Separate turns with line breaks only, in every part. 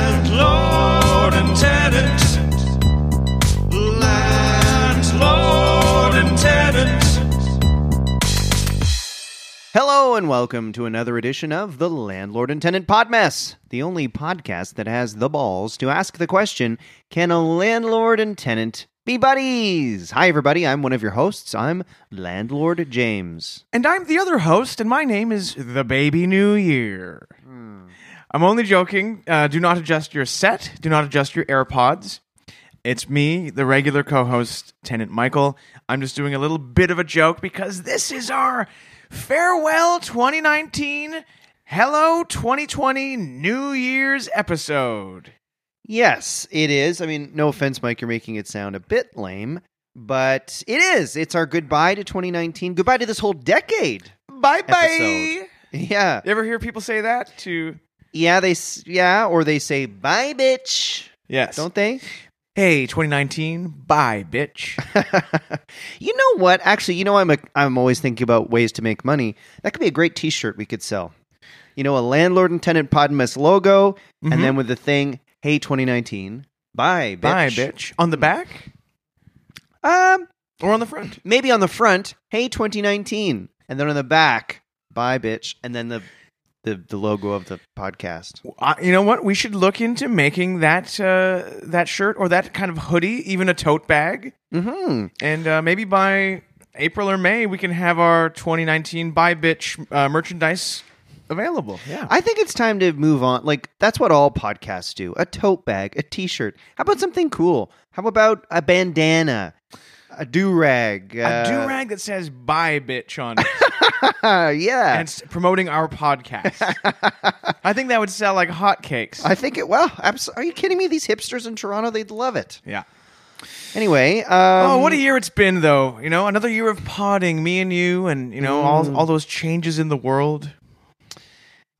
Landlord and tenant. Landlord and tenant.
Hello and welcome to another edition of the Landlord and Tenant Podmess, the only podcast that has the balls to ask the question, can a landlord and tenant be buddies? Hi everybody, I'm one of your hosts. I'm Landlord James.
And I'm the other host, and my name is The Baby New Year.
Hmm.
I'm only joking. Uh, do not adjust your set, do not adjust your AirPods. It's me, the regular co host, Tenant Michael. I'm just doing a little bit of a joke because this is our farewell 2019, hello 2020 New Year's episode.
Yes, it is. I mean, no offense Mike, you're making it sound a bit lame, but it is. It's our goodbye to 2019, goodbye to this whole decade.
Bye bye.
Episode. Yeah.
You ever hear people say that to.
Yeah, they s- yeah, or they say bye bitch.
Yes.
Don't they?
Hey, 2019, bye, bitch.
you know what? Actually, you know I'm a, I'm always thinking about ways to make money. That could be a great T-shirt we could sell. You know, a landlord and tenant podmas logo,
Mm-hmm.
and then with the thing, "Hey, 2019, bye, bitch.
Bye, bitch. On the back
Um,
or on the front?
maybe on the front, "Hey, 2019," and then on the back, "Bye, bitch," and then the the the logo of the podcast.
Uh, you know what? We should look into making that uh, that shirt or that kind of hoodie, even a tote bag,
Hmm.
and uh, maybe by April or May we can have our 2019 buy bitch uh, merchandise available. Yeah,
I think it's time to move on. Like that's what all podcasts do: a tote bag, a T-shirt. How about something cool? How about a bandana, a do rag, uh,
a do rag that says "buy bitch" on it,
yeah,
and it's promoting our podcast. I think that would sell like hotcakes.
I think it. Well, abs- are you kidding me? These hipsters in Toronto, they'd love it.
yeah.
Anyway, um,
Oh, what a year it's been, though. You know, another year of podding, me and you, and you know
Mm.
all all those changes in the world.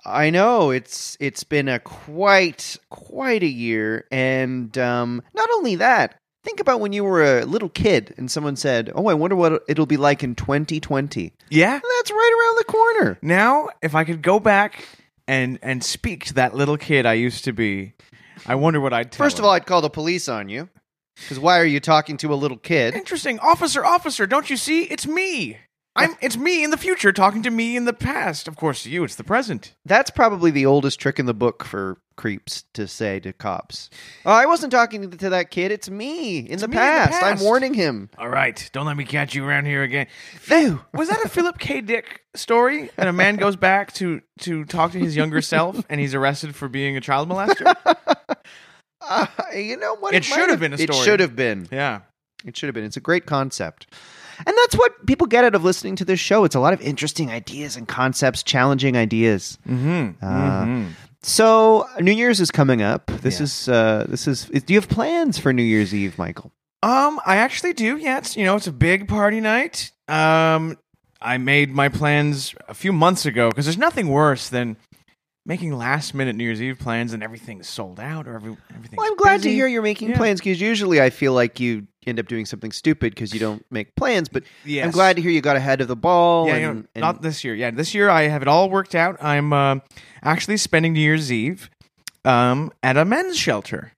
I know it's it's been a quite quite a year, and um, not only that. Think about when you were a little kid and someone said, "Oh, I wonder what it'll be like in 2020."
Yeah.
That's right around the corner.
Now, if I could go back and and speak to that little kid I used to be, I wonder what I'd tell.
First of
him.
all, I'd call the police on you. Because why are you talking to a little kid?
interesting, officer, officer, don't you see? It's me. I'm. It's me in the future talking to me in the past. Of course, to you, it's the present.
That's probably the oldest trick in the book for creeps to say to cops. Oh, I wasn't talking to that kid. It's me in, the,
me in the
past.
past."
I'm warning him.
All right, don't let me catch you around here again. Phew. Was that a Philip K. Dick story? And a man goes back to to talk to his younger self, and he's arrested for being a child molester.
Uh, you know what?
It
might
should have been a
It
story.
should have been.
Yeah.
It should have been. It's a great concept. And that's what people get out of listening to this show. It's a lot of interesting ideas and concepts, challenging ideas. Uh,
Mm-hmm.
So New Year's is coming up. This
Yeah.
is uh, this is. Do you have plans for New Year's Eve, Michael?
Um, I actually do. Yeah, it's you know, it's a big party night. Um, I made my plans a few months ago because there's nothing worse than making last minute New Year's Eve plans and everything's sold out or every everything.
Well, I'm glad to hear you're making
Yeah.
plans because usually I feel like you end up doing something stupid because you don't make plans. But I'm
Yes.
glad to hear you got ahead of the ball.
Yeah,
and,
you know,
and-
not this year. Yeah, this year I have it all worked out. I'm uh, actually spending New Year's Eve um at a men's shelter.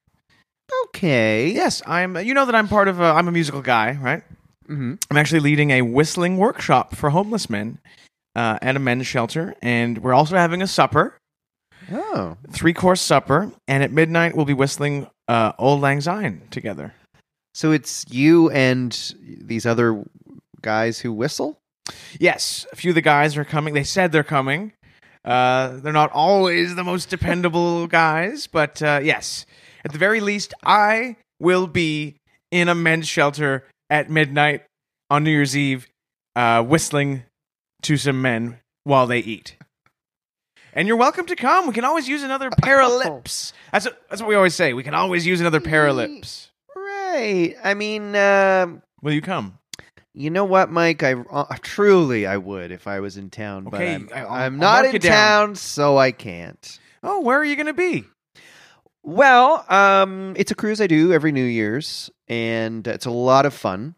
okay.
Yes, I'm. You know that I'm part of. A, I'm a musical guy, right?
Mhm.
I'm actually leading a whistling workshop for homeless men uh, at a men's shelter, and we're also having a supper,
Oh,
three course supper, and at midnight we'll be whistling uh, "Old Lang Syne" together.
so it's you and these other guys who whistle.
Yes, a few of the guys are coming. They said they're coming. Uh, they're not always the most dependable guys, but uh, yes, at the very least, I will be in a men's shelter at midnight on New Year's Eve, uh, whistling to some men while they eat. And you're welcome to come. We can always use another pair of lips. That's what, that's what we always say. We can always use another pair of lips.
Right. I mean, um
Will you come?
you know what, Mike? I uh, truly I would if I was in town, but
Okay,
I'm,
I- I'll-
I'm
I'll
not
mark
in
it down.
town, so I can't.
Oh, where are you going to be?
Well, um, it's a cruise I do every New Year's, and it's a lot of fun.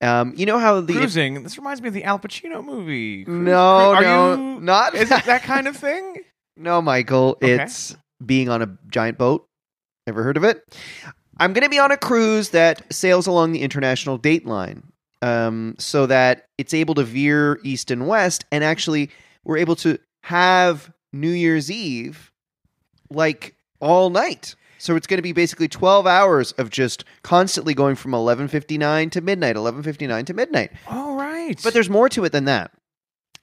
Um, you know how the
cruising. This reminds me of the Al Pacino movie. Cru-
No,
cru-
no,
you,
not-
is it that kind of thing?
no, Michael,
Okay.
it's being on a giant boat. Ever heard of it? I'm going to be on a cruise that sails along the international date line um, so that it's able to veer east and west. And actually, we're able to have New Year's Eve like all night. So it's going to be basically 12 hours of just constantly going from 11:59 to midnight, 11:59 to midnight.
All right.
But there's more to it than that.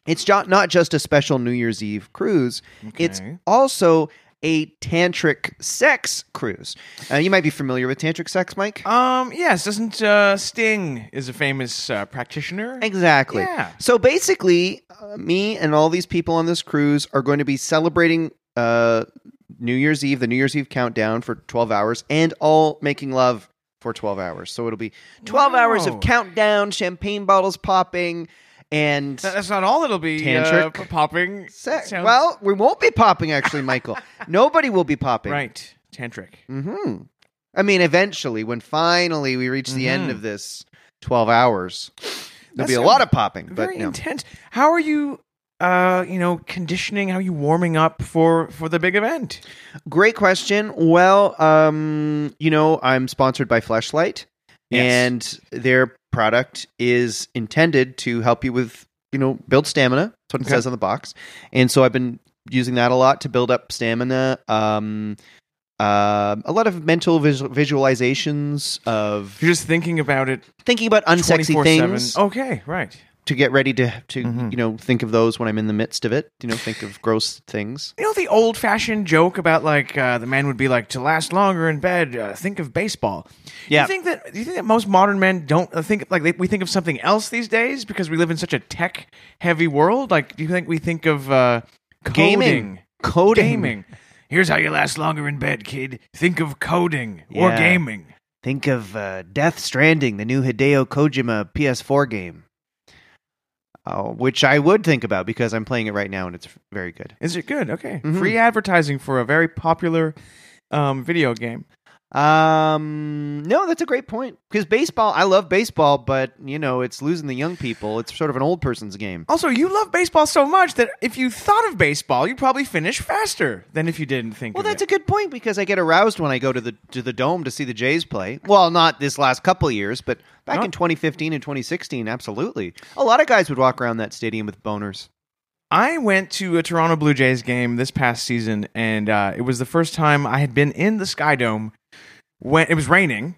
It's jo- not just a special New Year's Eve cruise. It's
Okay.
also a tantric sex cruise. Uh, you might be familiar with tantric sex, Mike.
um yes, doesn't uh, Sting is a famous uh, practitioner?
Exactly.
Yeah.
So basically, uh, me and all these people on this cruise are going to be celebrating uh, New Year's Eve, the New Year's Eve countdown for 12 hours, and all making love for 12 hours. So it'll be 12 hours
Wow.
of countdown, champagne bottles popping, and.
Th- That's not all it'll be uh,
Tantric.
p- popping.
Sex.
Sounds-
Well, we won't be popping, actually, Michael. Nobody will be popping.
right. Tantric.
Hmm. I mean, eventually, when finally we reach the
Mm-hmm.
end of this 12 hours, there'll
That
be a
sounds
lot of popping. But
Very
no.
intense. How are you uh, you know, conditioning, how are you warming up for for the big event?
Great question. Well, um, you know, I'm sponsored by Fleshlight,
Yes.
and their product is intended to help you with, you know, build stamina. That's what it
Okay.
says on the box. And so I've been using that a lot to build up stamina. Um, um, a lot of mental visual- visualizations of
You're just thinking about it
thinking about unsexy
24/7.
things
Okay, right.
to get ready to to
Mhm.
you know think of those when I'm in the midst of it. You know, think of gross things.
You know the old-fashioned joke about like uh, the man would be like to last longer in bed. Uh, think of baseball. Do
Yeah.
you think that do you think that most modern men don't uh, think like they, we think of something else these days because we live in such a tech-heavy world? Like, do you think we think of uh, coding,
Gaming, coding,
gaming? Here's how you last longer in bed, kid. Think of coding or
Yeah.
gaming.
Think of uh, Death Stranding, the new Hideo Kojima PS4 game, uh, which I would think about because I'm playing it right now and it's very good.
Is it good? Okay,
Mhm.
free advertising for a very popular um, video game.
Um, no, that's a great point because baseball. I love baseball, but you know it's losing the young people. It's sort of an old person's game.
Also, you love baseball so much that if you thought of baseball, you'd probably finish faster than if you didn't think
Well,
of
that's a
it.
good point because I get aroused when I go to the to the dome to see the Jays play. Well, not this last couple of years, but back
No.
in 2015 and 2016, absolutely. A lot of guys would walk around that stadium with boners.
I went to a Toronto Blue Jays game this past season, and uh, it was the first time I had been in the Sky Dome when it was raining.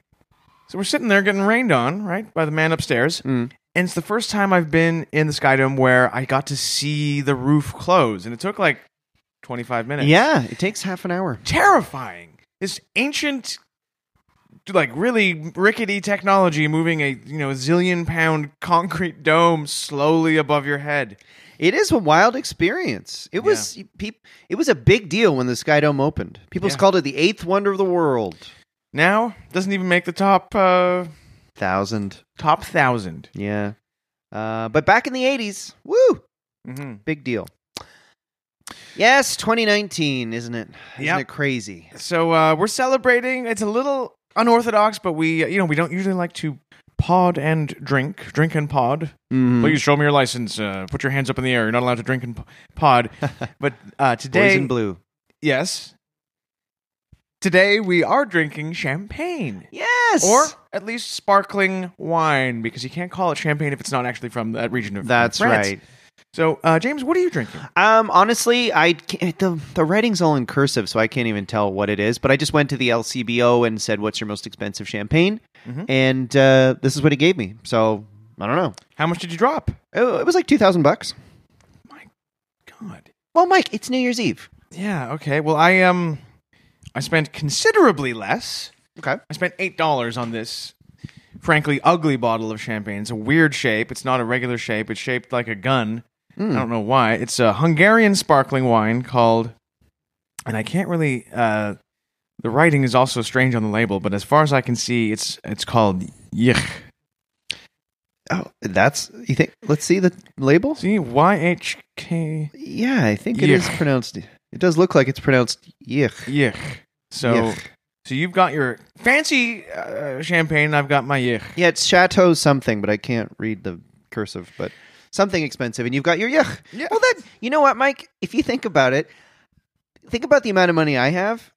So we're sitting there getting rained on, right, by the man upstairs.
Mm.
And it's the first time I've been in the Sky Dome where I got to see the roof close, and it took like 25 minutes.
Yeah, it takes half an hour.
terrifying. This ancient, like really rickety technology moving a you know zillion pound concrete dome slowly above your head.
It is a wild experience. It was peop it was a big deal when the Skydome opened. People
Yeah.
called it the eighth wonder of the world.
Now doesn't even make the top uh,
Thousand,
top 1000
yeah. Uh, but back in the eighties, woo,
Mm-hmm.
big deal. Yes, 2019, isn't it? Isn't
Yep.
it crazy?
So uh, we're celebrating. It's a little unorthodox, but we uh, you know we don't usually like to pod and drink, drink and pod.
Mm.
Please show me your license. Uh, put your hands up in the air. You're not allowed to drink and p- pod. but uh,
Boys
today
in blue.
Yes. Today we are drinking champagne.
Yes,
Or at least sparkling wine, because you can't call it champagne if it's not actually from that region of
that's
France.
right.
So, uh, James, what are you drinking?
Um, honestly, I can't, the the writing's all in cursive, so I can't even tell what it is. But I just went to the LCBO and said, "What's your most expensive champagne?"
Mhm.
And uh, this is what he gave me. So I don't know.
How much did you drop?
Oh, it was like two thousand bucks.
God.
Well, Mike, it's New Year's Eve.
Yeah. Okay. Well, I um, I spent considerably less.
Okay.
I spent eight dollars on this, frankly, ugly bottle of champagne. It's a weird shape. It's not a regular shape. It's shaped like a gun. I don't know why. It's a Hungarian sparkling wine called, and I can't really. Uh, the writing is also strange on the label, but as far as I can see, it's it's called Yich.
Oh, that's you think? Let's see the label.
See Y H K
Yeah, I think it is
Yich.
pronounced. It does look like it's pronounced Yich.
Yich. So.
Yich.
So you've got your fancy uh, champagne. I've got my Yich.
Yeah, it's Chateau something, but I can't read the cursive. But something expensive, and you've got your Yich.
Yeah.
Well, that you know what, Mike? If you think about it, think about the amount of money I have,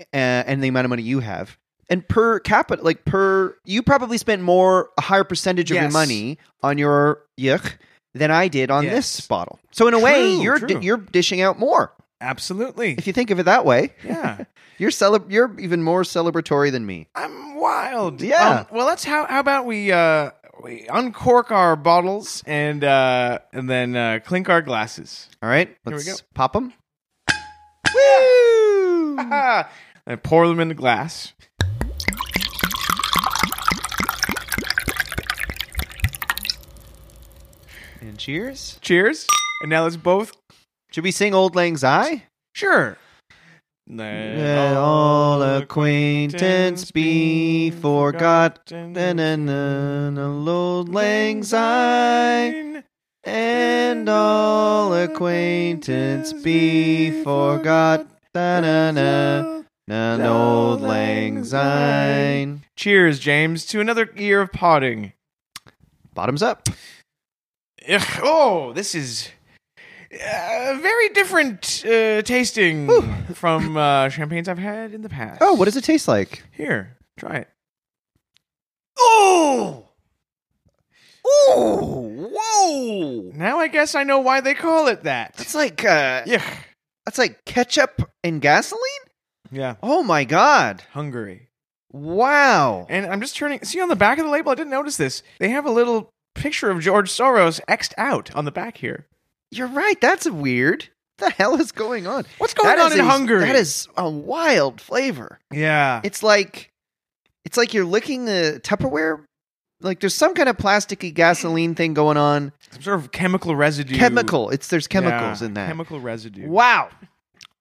uh, and the amount of money you have, and per capita, like per, you probably spent more a higher percentage of your
Yes.
money on your yuck than I did on this
Yes.
bottle. So in a way,
True,
you're
true.
di- you're dishing out more.
Absolutely.
If you think of it that way,
Yeah.
you're celeb- you're even more celebratory than me.
I'm wild.
Yeah.
Um, well, let's how how about we uh we uncork our bottles and uh and then uh clink our glasses.
All right,
we
let's
go.
pop them.
Woo! and pour them in the glass.
And cheers.
Cheers. And now let's both
Should we sing "Old Lang Syne"?
Sure.
Let all acquaintance be forgot, then and then old lang syne. And all acquaintance be forgot, da-na-na, an old lang syne.
Cheers, James, to another year of potting.
Bottoms up.
Ugh, oh, this is uh, very different uh, tasting from uh, champagnes I've had in the past.
Oh, what does it taste like?
Here, try it.
Oh! Ooh! Whoa!
Now I guess I know why they call it that.
That's like uh,
Yeah.
that's like ketchup and gasoline.
Yeah.
Oh my god!
Hungary.
Wow!
And I'm just turning. See on the back of the label, I didn't notice this. They have a little picture of George Soros X'd out on the back here.
You're right. That's weird. What the hell is going on?
What's going
That
on
is
in
a-
Hungary?
That is a wild flavor.
Yeah.
It's like it's like you're licking the Tupperware. Like there's some kind of plasticky gasoline thing going on.
Some sort of chemical residue.
Chemical. It's there's chemicals
Yeah,
in that.
Chemical residue.
Wow.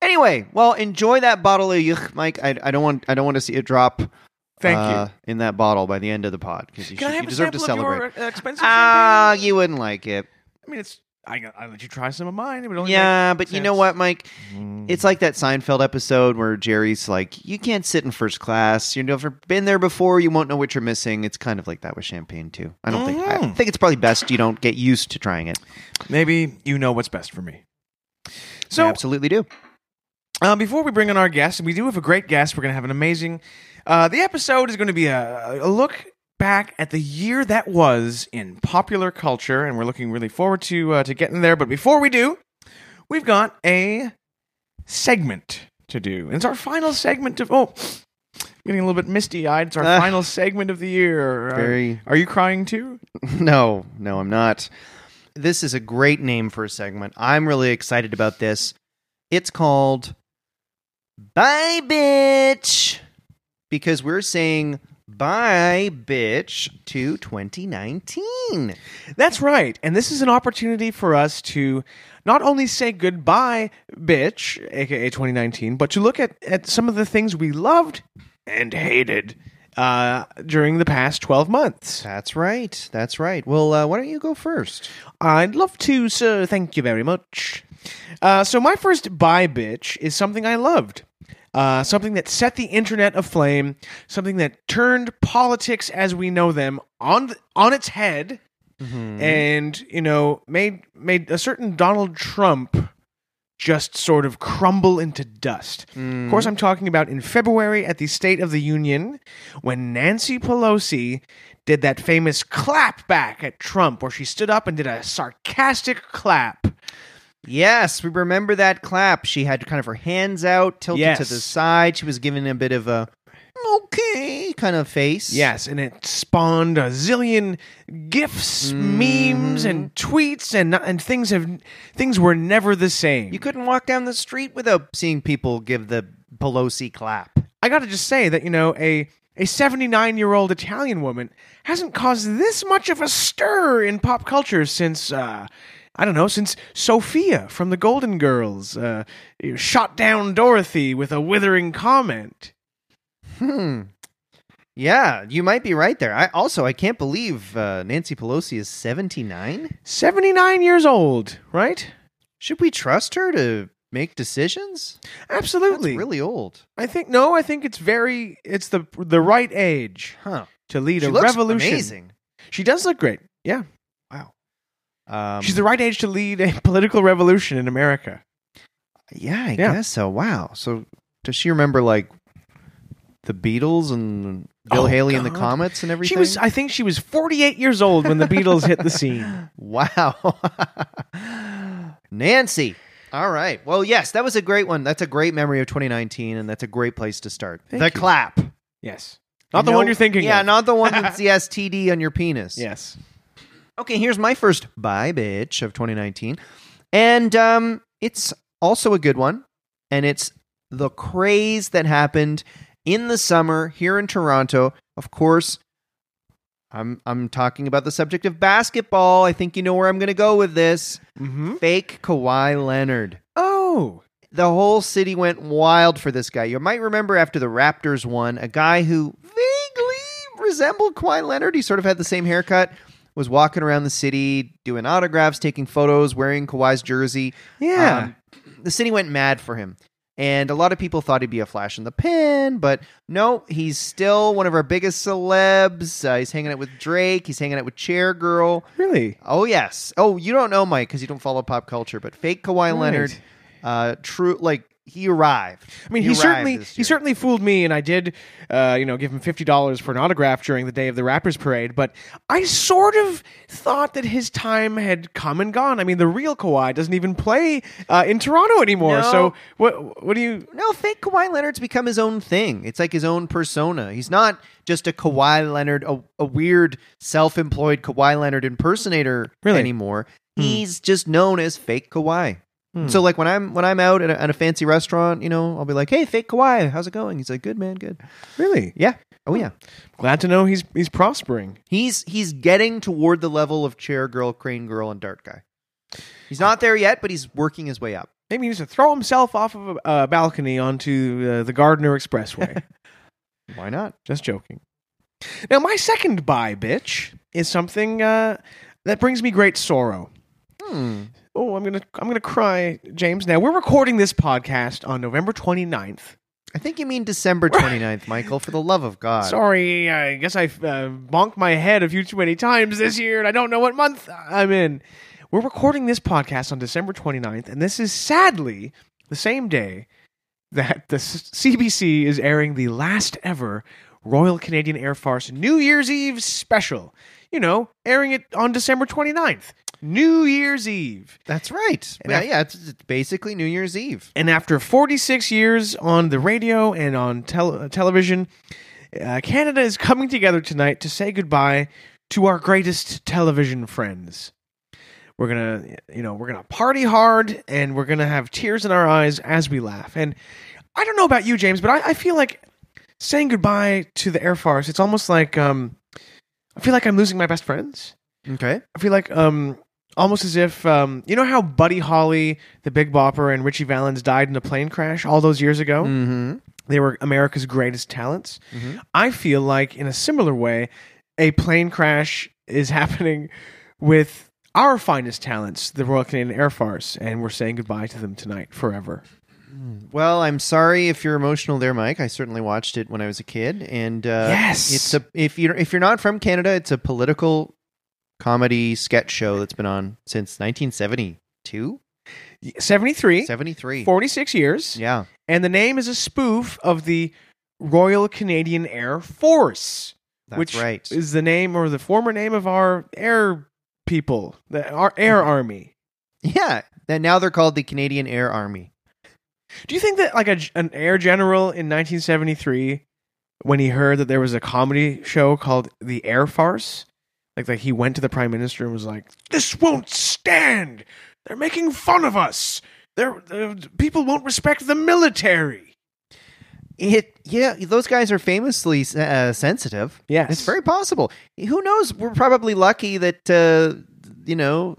Anyway, well, enjoy that bottle of yuck, Mike. I, I don't want I don't want to see it drop.
Thank
uh, in that bottle by the end of the pod because you,
you. Can I
should-
have
you
a
deserve to
sample of
celebrate.
Your uh, expensive
Ah,
champagne?
you wouldn't like it.
I mean, it's. I, I let you try some of mine. It would only
Yeah, but you know
sense.
what, Mike?
make- Mm.
It's like that Seinfeld episode where Jerry's like, "You can't sit in first class. You've never been there before. You won't know what you're missing." It's kind of like that with champagne too. I don't think. I
Mhm.
think it's probably best you don't get used to trying it.
maybe you know what's best for me.
So
So
absolutely do.
Uh, before we bring in our guest, and we do have a great guest, we're going to have an amazing. Uh, the episode is going to be a, a look back at the year that was in popular culture, and we're looking really forward to uh, to getting there. But before we do, we've got a segment to do. And it's our final segment of. Oh, getting a little bit misty eyed. It's our
Ah.
final segment of the year. Are-
Very.
Are, you crying too?
No, no, I'm not. This is a great name for a segment. I'm really excited about this. It's called Bye Bitch because we're saying bye bitch to 2019.
That's right. And this is an opportunity for us to not only say goodbye, bitch, aka 2019, but to look at, at some of the things we loved and hated uh, during the past 12 months.
That's right. That's right. Well, uh, why don't you go first?
I'd love to, sir. Thank you very much. Uh, so, my first bye, bitch, is something I loved. Uh, something that set the internet aflame, something that turned politics as we know them on on its head, and you know made made a certain Donald Trump just sort of crumble into dust. Of course, I'm talking about in February at the State of the Union when Nancy Pelosi did that famous clap back at Trump, where she stood up and did a sarcastic clap.
Yes, we remember that clap. She had kind of her hands out, tilted
Yes.
to the side. She was giving a bit of a okay kind of face.
Yes, and it spawned a zillion gifs, memes, and tweets, and and things have things were never the same.
You couldn't walk down the street without seeing people give the Pelosi clap.
I got to just say that you know a a 79 year old Italian woman hasn't caused this much of a stir in pop culture since uh, I don't know since Sophia from the Golden Girls uh, shot down Dorothy with a withering comment.
Hmm. Yeah, you might be right there. I also I can't believe uh, Nancy Pelosi is 79.
79 years old, right?
Should we trust her to make decisions? That's
Absolutely.
really old.
I think no. I think it's very it's the the right age
Huh.
to lead
She
a
looks
revolution.
amazing.
She does look great. Yeah,
Um,
she's the right age to lead a political revolution in America.
Yeah, I
Yeah.
guess so. Wow. So does she remember like the Beatles and Bill
Oh,
Haley and the
God.
Comets and everything?
She was, uh, I think, she was 48 years old when the Beatles hit the scene.
Wow. Nancy. All right. Well, yes, that was a great one. That's a great memory of 2019, and that's a great place to start.
Thank
the
you.
clap.
Yes, not the
No-
one you're thinking.
Yeah,
of.
not the one that's the STD on your penis.
Yes.
Okay, here's my first bye bitch of 2019. And um, it's also a good one. And it's the craze that happened in the summer here in Toronto. Of course, I'm I'm talking about the subject of basketball. I think you know where I'm going to go with this.
Mm-hmm.
Fake Kawhi Leonard.
Oh,
The whole city went wild for this guy. You might remember after the Raptors won, a guy who vaguely resembled Kawhi Leonard. He sort of had the same haircut, was walking around the city doing autographs, taking photos, wearing Kawhi's jersey.
yeah.
Um, the city went mad for him. And a lot of people thought he'd be a flash in the pan, but no, he's still one of our biggest celebs. Uh, he's hanging out with Drake. He's hanging out with Chair Girl.
really?
Oh yes. Oh, you don't know Mike because you don't follow pop culture, but fake Kawhi
Right.
Leonard, uh, true like he arrived.
I mean, he,
arrived
certainly
this
he
year.
certainly fooled me, and I did, uh, you know, give him fifty dollars for an autograph during the day of the Rappers Parade. But I sort of thought that his time had come and gone. I mean, the real Kawhi doesn't even play uh, in Toronto anymore.
No.
So what? What do you?
no fake Kawhi Leonard's become his own thing. It's like his own persona. He's not just a Kawhi Leonard, a, a weird self-employed Kawhi Leonard impersonator
Really? Hmm.
anymore. He's just known as fake Kawhi. So like when I'm when I'm out at a, at a fancy restaurant, you know, I'll be like, "Hey, fake Kawhi, how's it going?" He's like, "Good man, good."
Really
Yeah. Oh yeah.
glad to know he's he's prospering.
He's he's getting toward the level of chair girl, crane girl, and dart guy. He's not there yet, but he's working his way up.
Maybe he needs to throw himself off of a uh, balcony onto uh, the Gardner Expressway.
Why not?
Just joking. Now, my second buy, bitch, is something uh, that brings me great sorrow.
Hmm.
Oh, I'm gonna I'm gonna cry, James. Now we're recording this podcast on November 29th.
I think you mean December 29th, Michael, for the love of God.
Sorry, I guess I uh, bonked my head a few too many times this year, and I don't know what month I'm in. We're recording this podcast on December 29th, and this is sadly the same day that the s- CBC is airing the last ever Royal Canadian Air Force New Year's Eve special. You know, airing it on December 29th, New Year's Eve.
That's right.
And
yeah,
I-
yeah, it's, it's basically New Year's Eve.
And after 46 years on the radio and on tel- television, uh, Canada is coming together tonight to say goodbye to our greatest television friends. We're gonna, you know, we're gonna party hard, and we're gonna have tears in our eyes as we laugh. And I don't know about you, James, but I, I feel like saying goodbye to the Air Force. It's almost like um, I feel like I'm losing my best friends.
Okay.
I feel like um almost as if um you know how Buddy Holly, the Big Bopper, and Richie Valens died in a plane crash all those years ago.
Mm-hmm.
They were America's greatest talents.
Mhm.
I feel like in a similar way, a plane crash is happening with our finest talents, the Royal Canadian Air Force, and we're saying goodbye to them tonight forever. Mm.
Well, I'm sorry if you're emotional there, Mike. I certainly watched it when I was a kid, and uh,
Yes.
it's a if you if you're not from Canada, it's a political comedy sketch show that's been on since 1972,
73,
73.
46 years,
Yeah.
and the name is a spoof of the Royal Canadian Air Force.
That's
which
right.
is the name or the former name of our air people, the, our air army.
yeah. And now they're called the Canadian Air Army.
Do you think that like a, an air general in 1973, when he heard that there was a comedy show called The Air Farce, like like he went to the prime minister and was like, "This won't stand. They're making fun of us. They're, they people won't respect the military."
It yeah, those guys are famously uh, sensitive.
Yes,
It's very possible. Who knows? We're probably lucky that uh, you know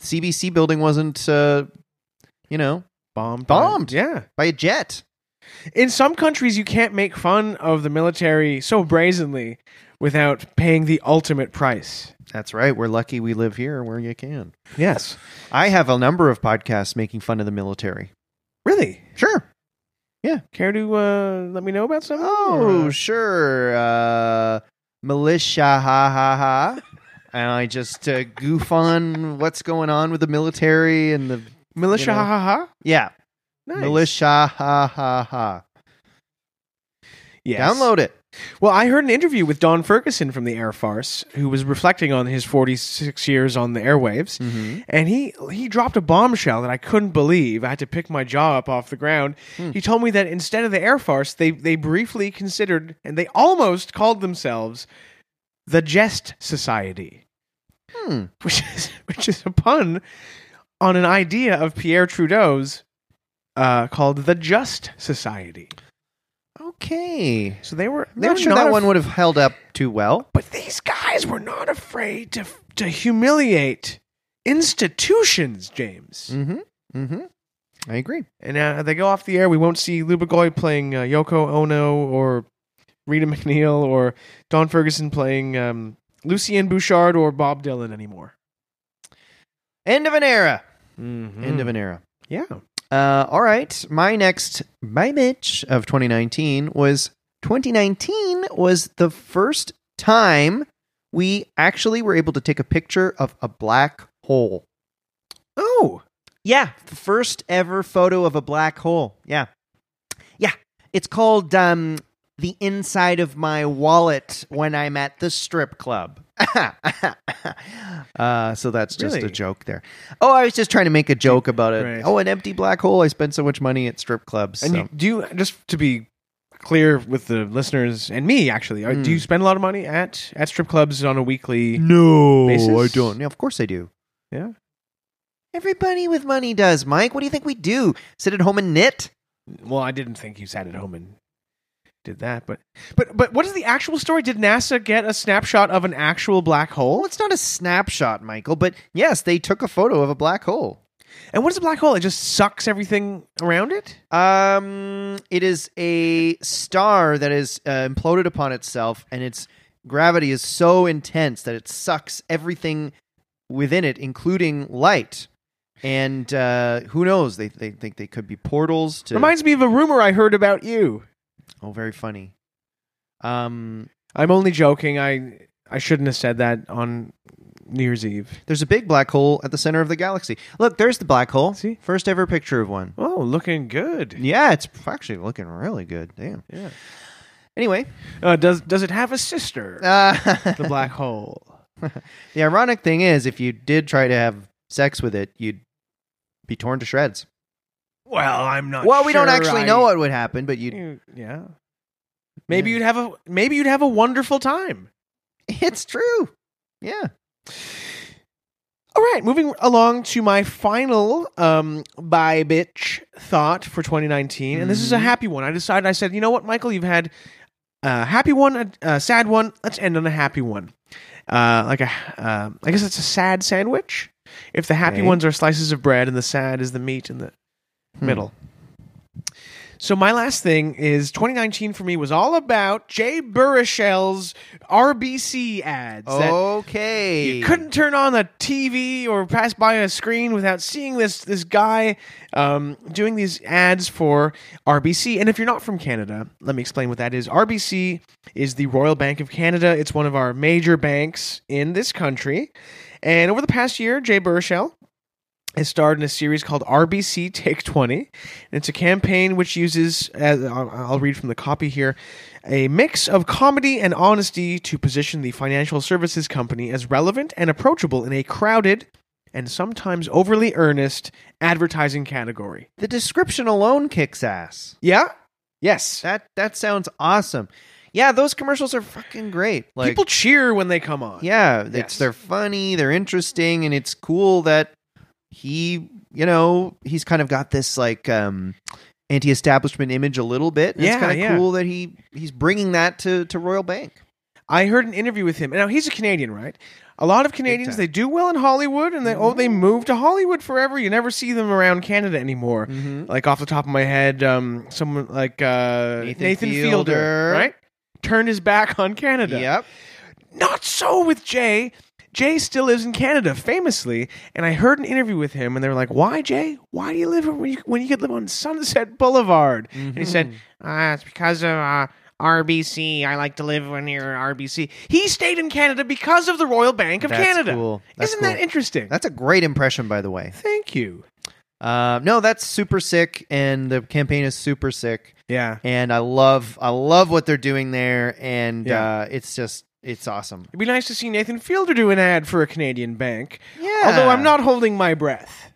CBC building wasn't uh, you know
bombed.
Bombed.
Yeah.
by a jet.
In some countries, you can't make fun of the military so brazenly without paying the ultimate price.
That's right. We're lucky we live here where you can.
Yes.
I have a number of podcasts making fun of the military.
Really?
Sure.
Care to uh, let me know about some?
Oh,
Or-
sure. Uh, militia, ha ha ha. And I just uh, goof on what's going on with the military and the
militia,
you know.
ha ha ha.
yeah.
Nice.
Militia, ha ha ha.
Yes.
Download it.
Well, I heard an interview with Don Ferguson from the Air Farce, who was reflecting on his 46 years on the airwaves, and he he dropped a bombshell that I couldn't believe. I had to pick my jaw up off the ground.
Hmm.
He told me that instead of the Air Farce, they they briefly considered and they almost called themselves the Jest Society,
Hmm.
which is which is a pun on an idea of Pierre Trudeau's uh, called the Just Society.
Okay.
So they were
I'm
they
not
were
sure that
af-
one would have held up too well.
But these guys were not afraid to to humiliate institutions, James.
Mm-hmm. Mm-hmm. I agree.
And uh, they go off the air. We won't see Lubagoy playing uh, Yoko Ono or Rita McNeil or Don Ferguson playing um, Lucien Bouchard or Bob Dylan anymore.
End of an era.
Mm-hmm.
End of an era.
yeah.
Uh, all right. My next my bitch of 2019 was 2019 was the first time we actually were able to take a picture of a black hole.
Oh,
Yeah, the first ever photo of a black hole. Yeah. Yeah. It's called um the inside of my wallet when I'm at the strip club. uh, so that's just a
Really?
joke there. Oh, I was just trying to make a joke about it.
Right.
Oh, an empty black hole. I spent so much money at strip clubs.
and
so.
you, do you just to be clear with the listeners and me actually? uh Do you spend a lot of money at at strip clubs on a weekly?
No,
basis?
I don't. Yeah, of course I do.
Yeah.
Everybody with money does, Mike. What do you think we do? Sit at home and knit?
Well, I didn't think you sat at home and did that, but but but what is the actual story? Did NASA get a snapshot of an actual black
Well,
hole?
it's not a snapshot, Michael, but yes, they took a photo of a black hole.
And what is a black hole? It just sucks everything around it.
Um, it is a star that is uh, imploded upon itself, and its gravity is so intense that it sucks everything within it, including light. And uh, who knows? They they think they could be portals to.
Reminds me of a rumor I heard about you.
oh, very funny. Um,
I'm only joking. I I shouldn't have said that on New Year's Eve.
There's a big black hole at the center of the galaxy. Look, there's the black hole.
See?
First ever picture of one.
Oh, looking good.
Yeah, it's actually looking really good. Damn.
Yeah.
Anyway,
Uh, does does it have a sister?
uh,
the black hole.
the ironic thing is, if you did try to have sex with it, you'd be torn to shreds.
Well, I'm not.
well, we don't
sure
actually
I-
know what would happen, but you
You- Yeah. Maybe
Yeah.
you'd have a maybe you'd have a wonderful time.
it's true. Yeah.
All right, moving along to my final um by bitch thought for 2019, and this is a
Mhm.
happy one. I decided I said, you know what, Michael, you've had a happy one, a, a sad one. Let's end on a happy one. Uh, like a, um I guess it's a sad sandwich. If the happy
Okay.
ones are slices of bread, and the sad is the meat in the
Hmm.
middle. So my last thing is 2019 for me was all about Jay Baruchel's RBC ads. that-
Okay.
you couldn't turn on the TV or pass by a screen without seeing this this guy um, doing these ads for RBC. And if you're not from Canada, let me explain what that is. RBC is the Royal Bank of Canada. It's one of our major banks in this country. And over the past year, Jay Burchell has starred in a series called RBC Take 20. And it's a campaign which uses, as I'll I'll read from the copy here, a mix of comedy and honesty to position the financial services company as relevant and approachable in a crowded and sometimes overly earnest advertising category.
The description alone kicks ass.
Yeah? Yes.
That that sounds awesome. Yeah, those commercials are fucking great. Like
People cheer when they come on.
Yeah, it's
Yes.
they're funny, they're interesting, and it's cool that he, you know, he's kind of got this like um anti-establishment image a little bit. and it's
Yeah,
kind of
yeah.
cool that he he's bringing that to to Royal Bank.
I heard an interview with him. Now he's a Canadian, right? A lot of
time.
Canadians
Mm-hmm.
they do well in Hollywood, and they oh they move to Hollywood forever. You never see them around Canada anymore.
Mm-hmm.
Like off the top of my head, um, someone like uh,
Nathan
Nathan,
Fielder.
Fielder, right? Turned his back on Canada.
Yep.
Not so with Jay. Jay still lives in Canada, famously, and I heard an interview with him, and they were like, "Why, Jay? Why do you live when you, when you could live on Sunset Boulevard?" And he
Mm-hmm.
said, uh, "It's because of uh, RBC. I like to live when near RBC." He stayed in Canada because of the Royal Bank of
That's
Canada.
cool. That's
Isn't
cool.
that interesting?
That's a great impression by the way.
Thank you.
Uh, no, that's super sick, and the campaign is super sick,
Yeah.
and I love I love what they're doing there, and
Yeah.
uh, it's just it's awesome.
It'd be nice to see Nathan Fielder do an ad for a Canadian bank.
Yeah,
Although I'm not holding my breath.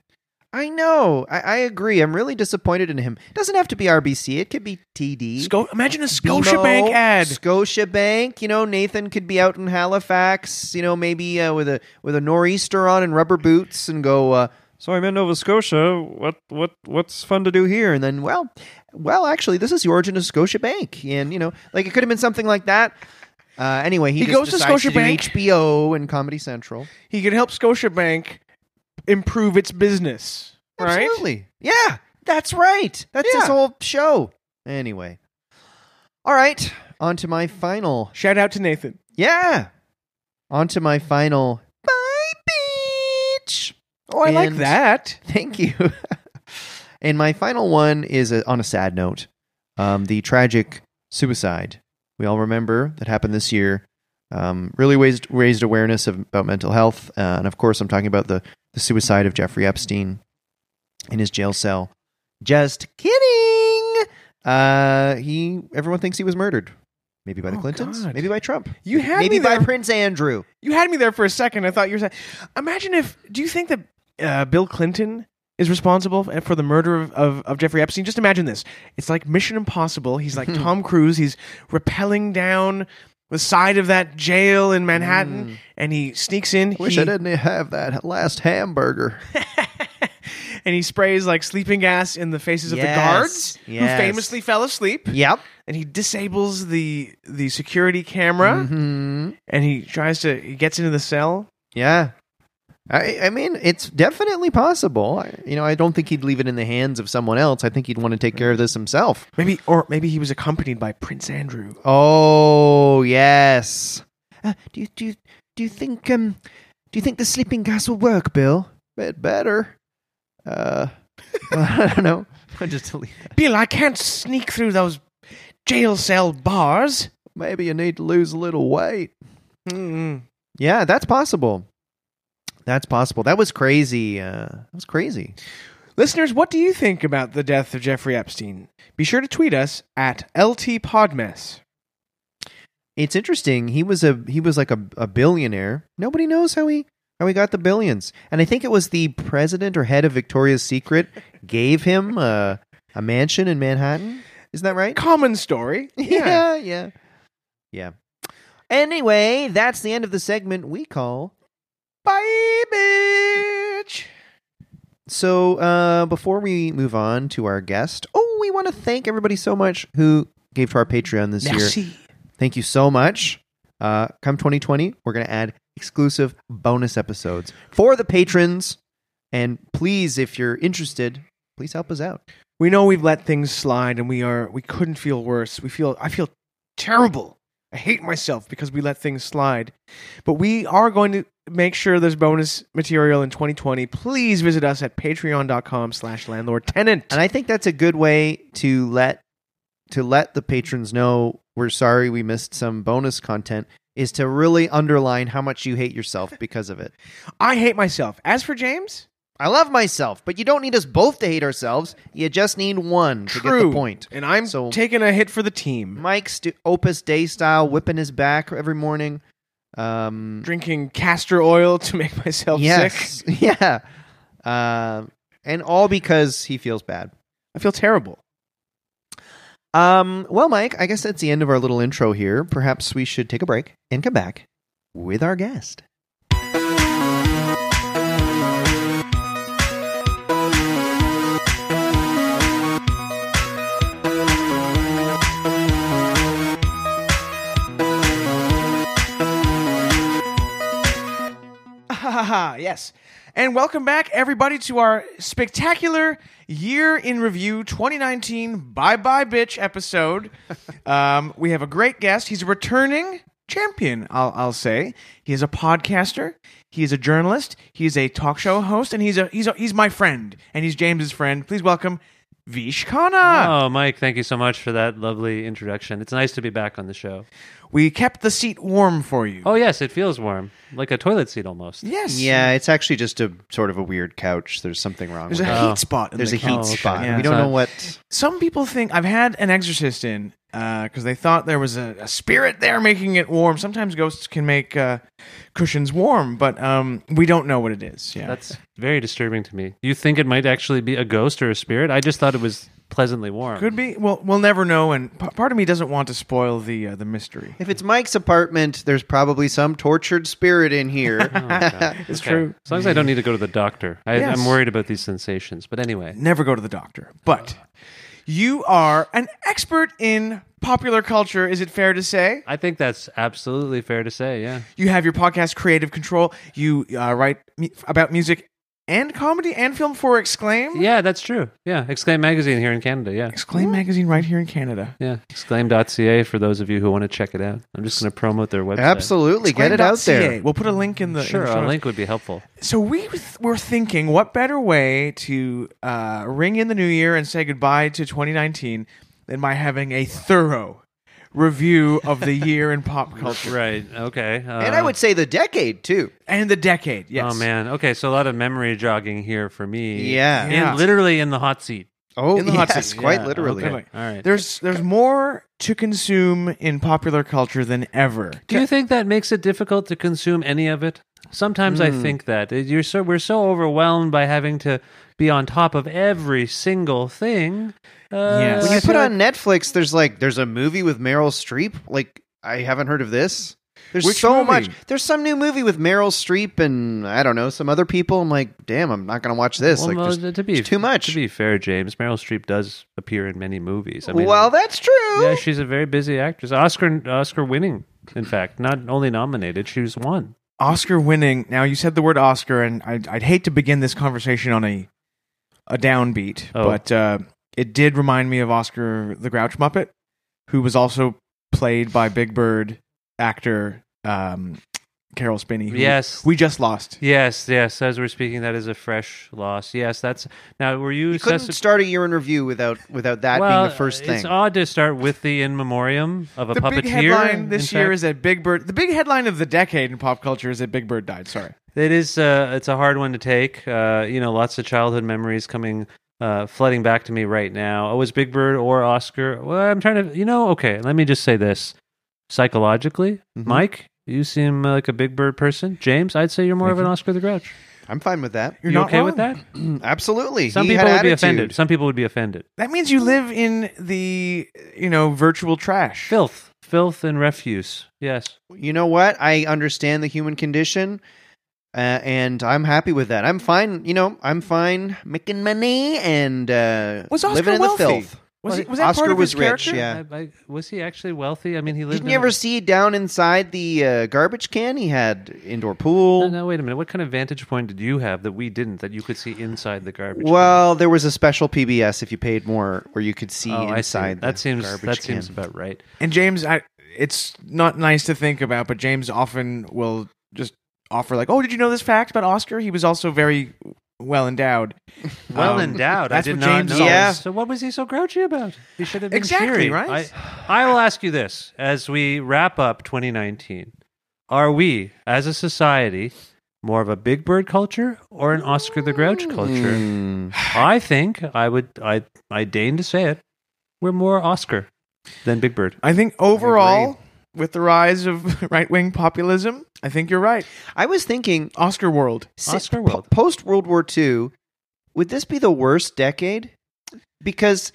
I know. I, I agree. I'm really disappointed in him. doesn't have to be RBC. It could be TD.
Sco- imagine a Scotiabank ad.
Scotiabank. You know, Nathan could be out in Halifax. You know, maybe uh, with a with a nor'easter on and rubber boots, and go. Uh, so I'm in Nova Scotia. What what what's fun to do here? And then, well, well, actually, this is the origin of Scotiabank, and you know, like it could have been something like that. Uh, anyway, he,
He
just
goes to
decides do
Scotiabank.
HBO, and Comedy Central.
He could help Scotiabank improve its business. Right?
Absolutely. Yeah, that's right. That's this
Yeah.
whole show. Anyway. All right, on to my final.
Shout out to Nathan.
Yeah. On to my final. Bye, beach.
Oh, I like
And-
that.
Thank you. and my final one is uh on a sad note um, the tragic suicide. We all remember that happened this year. Um, really raised, raised awareness of, about mental health. Uh, and of course, I'm talking about the, the suicide of Jeffrey Epstein in his jail cell. Just kidding. Uh, he everyone thinks he was murdered. Maybe by the
Oh,
Clintons,
God.
maybe by Trump.
You had
maybe
me
by
there.
Prince Andrew.
You had me there for a second. I thought you were saying. Imagine if. Do you think that uh, Bill Clinton is responsible f- for the murder of, of, of Jeffrey Epstein? Just imagine this. It's like Mission Impossible. He's
Mm-hmm.
like Tom Cruise. He's rappelling down the side of that jail in Manhattan, and he sneaks in.
Wish
he,
Mm. I didn't have that last hamburger.
and he sprays like sleeping gas in the faces of
Yes,
the guards
yes.
who famously fell asleep.
yep.
And he disables the the security camera,
hmm
and he tries to. He gets into the cell.
Yeah. I, I mean, it's definitely possible. I, you know, I don't think he'd leave it in the hands of someone else. I think he'd want to take care of this himself.
Maybe, or maybe he was accompanied by Prince Andrew.
Oh yes. Uh, do you do you, do you think um do you think the sleeping gas will work, Bill? Bit better. Uh, I don't know. I'll just delete that.
Bill, I can't sneak through those jail cell bars.
Maybe you need to lose a little weight. Mm-hmm. Yeah, that's possible. That's possible. That was crazy. Uh, that was crazy.
Listeners, what do you think about the death of Jeffrey Epstein? Be sure to tweet us at LTPodmess.
It's interesting. He was a he was like a, a billionaire. Nobody knows how he how he got the billions. And I think it was the president or head of Victoria's Secret gave him a, a mansion in Manhattan. Isn't that right?
Common story.
Yeah, yeah. Yeah. Anyway, that's the end of the segment we call
Bye, bitch.
So uh, before we move on to our guest, oh, we want to thank everybody so much who gave to our Patreon this year.
Merci.
Thank you so much. Uh, come 2020, we're going to add exclusive bonus episodes for the patrons. And please, if you're interested, please help us out.
We know we've let things slide and we are we couldn't feel worse. We feel I feel terrible. I hate myself because we let things slide. But we are going to make sure there's bonus material in 2020. Please visit us at patreon.com slash landlord tenant.
And I think that's a good way to let to let the patrons know we're sorry we missed some bonus content is to really underline how much you hate yourself because of it.
I hate myself. As for James,
I love myself, but you don't need us both to hate ourselves. You just need one to get
True.
the point.
and I'm
So-
taking a hit for the team.
Mike's do Opus Day style, whipping his back every morning. Um,
Drinking castor oil to make myself sick.
yes, yeah, Um and all because he feels bad.
I feel terrible.
Um, well, Mike, I guess that's the end of our little intro here. Perhaps we should take a break and come back with our guest.
Ah, yes. And welcome back, everybody, to our spectacular year in review 2019 Bye Bye Bitch episode. um, we have a great guest. He's a returning champion, I'll, I'll say. He is a podcaster, he is a journalist, he is a talk show host, and he's, a, he's, a, he's my friend, and he's James's friend. Please welcome Vishkana.
Oh, Mike, thank you so much for that lovely introduction. It's nice to be back on the show.
We kept the seat warm for you.
Oh, yes, it feels warm, like a toilet seat almost.
yes.
Yeah, it's actually just a sort of a weird couch. There's something wrong
There's
with
a
it.
heat spot. In
There's
the
a heat
couch.
spot.
Yeah.
we don't
It's
know
not-
what.
some people think I've had an exorcist in because they thought there was a, a spirit there making it warm. Sometimes ghosts can make uh, cushions warm, but um, we don't know what it is. Yeah,
That's very disturbing to me. You think it might actually be a ghost or a spirit? I just thought it was pleasantly warm.
could be. Well, we'll never know. And p- part of me doesn't want to spoil the uh, the mystery.
If it's Mike's apartment, there's probably some tortured spirit in here.
It's
true.
As long as I don't need to go to the doctor. I,
Yes.
I'm worried about these sensations. But anyway,
Never go to the doctor. But you are an expert in popular culture. Is it fair to say?
I think that's absolutely fair to say, yeah.
You have your podcast, Creative Control. You uh, write mu- about music and comedy and film for Exclaim.
Yeah, that's true. Yeah, Exclaim Magazine here in Canada, yeah.
Exclaim magazine right here in Canada.
Yeah, exclaim.ca for those of you who want to check it out. I'm just going to promote their website.
Absolutely, get it out
Exclaim.ca.
there.
We'll put a link in the in
Sure,
the show
a
notes.
link would be helpful.
So we th- were thinking, what better way to uh, ring in the new year and say goodbye to 2019 than by having a thorough review of the year in pop culture
Right, okay. Uh,
and I would say the decade too.
and the decade? Yes.
Oh, man. Okay, so a lot of memory jogging here for me.
Yeah.
In,
Yeah.
Literally in the hot seat.
Oh,
In the hot
yes,
seat,
quite
Yeah,
literally.
okay. All right.
There's there's more to consume in popular culture than ever.
Do you think that makes it difficult to consume any of it? Sometimes
Hmm.
I think that Uh, you're so we're so overwhelmed by having to be on top of every single thing. Uh,
Yes.
When
I
you
feel
put
like-
on Netflix, there's like there's a movie with Meryl Streep. Like I haven't heard of this. There's
Which
so
movie?
much. There's some new movie with Meryl Streep and I don't know some other people. I'm like, damn, I'm not gonna watch this.
Well,
like,
no,
there's-
to be
it's too much.
To be fair, James, Meryl Streep does appear in many movies. I mean,
well, that's true.
yeah, she's a very busy actress. Oscar Oscar winning, in fact, not only nominated, she was won.
Oscar winning. Now you said the word Oscar, and I'd, I'd hate to begin this conversation on a a downbeat,
Oh.
but uh, it did remind me of Oscar the Grouch Muppet, who was also played by Big Bird actor um, Carol Spinney. who
Yes.
we just lost.
Yes, yes. As we're speaking, that is a fresh loss. Yes, that's now. Were you?
you couldn't
sessi-
start a year in review without without that
Well,
being the first
It's
thing.
odd to start with the in memoriam of a
The
puppeteer.
big headline
in
this year
fact.
is that Big Bird. The big headline of the decade in pop culture is that Big Bird died. Sorry,
It is. Uh, it's a hard one to take. Uh, you know, lots of childhood memories coming uh, flooding back to me right now. Oh, was Big Bird or Oscar? Well, I'm trying to. You know, okay. Let me just say this psychologically, Mike. You seem uh, like a Big Bird person, James. I'd say you're more of an Oscar the Grouch.
I'm fine with that.
you're
you
not
okay with
wrong.
that?
Absolutely.
Some
He
people
had
would
attitude.
be offended. Some people would be offended.
That means you live in the you know virtual trash.
Filth, filth, and refuse. Yes.
You know what? I understand the human condition. Uh, and I'm happy with that. I'm fine. You know, I'm fine making money and uh,
Was Oscar
living in
wealthy?
the filth.
Was, he, was that
Oscar
part of
was
his
rich.
character?
Yeah.
I, I, was he actually wealthy? I mean, he lived.
Didn't
in
you
a-
ever see down inside the uh, garbage can? He had indoor
No,
pool.
no, wait a minute. What kind of vantage point did you have that we didn't? That you could see inside the garbage?
Well, there was a special PBS if you paid more, where you could see
can? oh, I see.
inside.
That
the
seems
garbage
that
can.
seems about right.
And James, I, it's not nice to think about, but James often will just offer like, "Oh, did you know this fact about Oscar? He was also very well endowed."
Well
Um,
endowed. I
that's
did
what
not
James
know.
always- Yeah.
So what was he so grouchy about? He should have been
Exactly,
cheery.
right?
I, I will ask you this as we wrap up 2019: Are we, as a society, more of a Big Bird culture or an Oscar the Grouch culture?
Hmm.
I think I would. I I deign to say it. We're more Oscar than Big Bird.
I think overall, with the rise of right wing populism, I think you're right.
I was thinking,
Oscar world.
si-
Oscar world.
post World War II, would this be the worst decade? Because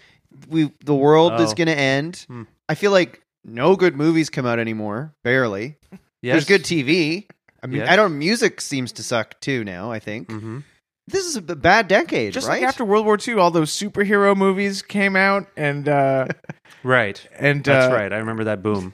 we the world is
Oh.
going to end.
Hmm.
I feel like no good movies come out anymore. Barely.
Yes.
There's good TV. I mean,
Yes.
I don't. Music seems to suck too now. I think
Mm-hmm.
this is a b- bad decade,
Just
right?
like after World War II, all those superhero movies came out, and uh,
Right.
and
That's
uh,
right. I remember that boom.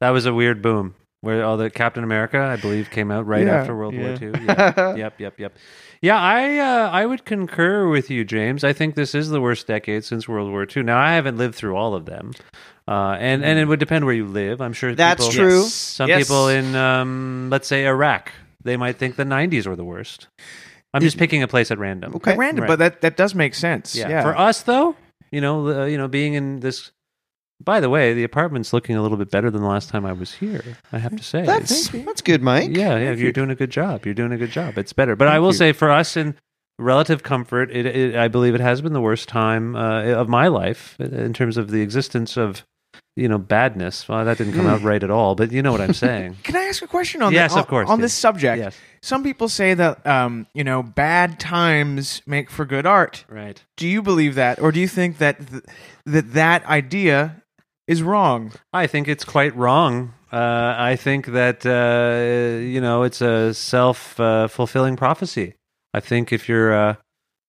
That was a weird boom where all the Captain America, I believe, came out right
Yeah,
after World
yeah.
War II. Yeah. yep, yep, yep. Yeah, I uh, I would concur with you, James. I think this is the worst decade since World War II. Now, I haven't lived through all of them, uh, and and it would depend where you live. I'm sure
Hmm. That's
people-
true.
Some
Yes.
people in, um, let's say, Iraq, they might think the '90s were the worst. I'm just picking a place at random.
Okay.
Random,
Right.
but that, that does make sense. Yeah.
Yeah. For us, though, You know, the- you know, being in this. By the way, the apartment's looking a little bit better than the last time I was here. I have to say,
That's that's good, Mike.
yeah, yeah. You're doing a good job. You're doing a good job. It's better. But I will say, for us in relative comfort, it, it, I believe it has been the worst time uh, of my life in terms of the existence of you know badness. Well, that didn't come out right at all. But you know what I'm saying.
Can I ask a question on
Yes,
the, on,
of course,
on
yes.
this subject?
Yes.
Some people say that um, you know bad times make for good art.
right.
Do you believe that, or do you think that th- that that idea is wrong?
I think it's quite wrong. Uh, I think that uh, you know it's a self uh, fulfilling prophecy. I think if you're uh,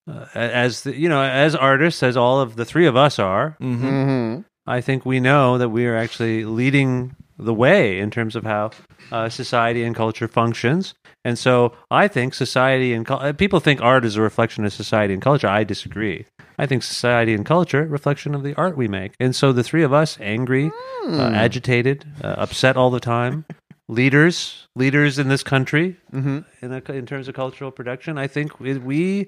uh, as the, you know as artists, as all of the three of us are,
Mm-hmm.
hmm
I think we know that we are actually leading the way in terms of how uh, society and culture functions. And so I think society and cul- uh, people think art is a reflection of society and culture. I disagree. I think society and culture reflection of the art we make. And so the three of us, angry, uh, agitated, uh, upset all the time, leaders, leaders in this country
Mm-hmm.
in, the, in terms of cultural production, I think we- we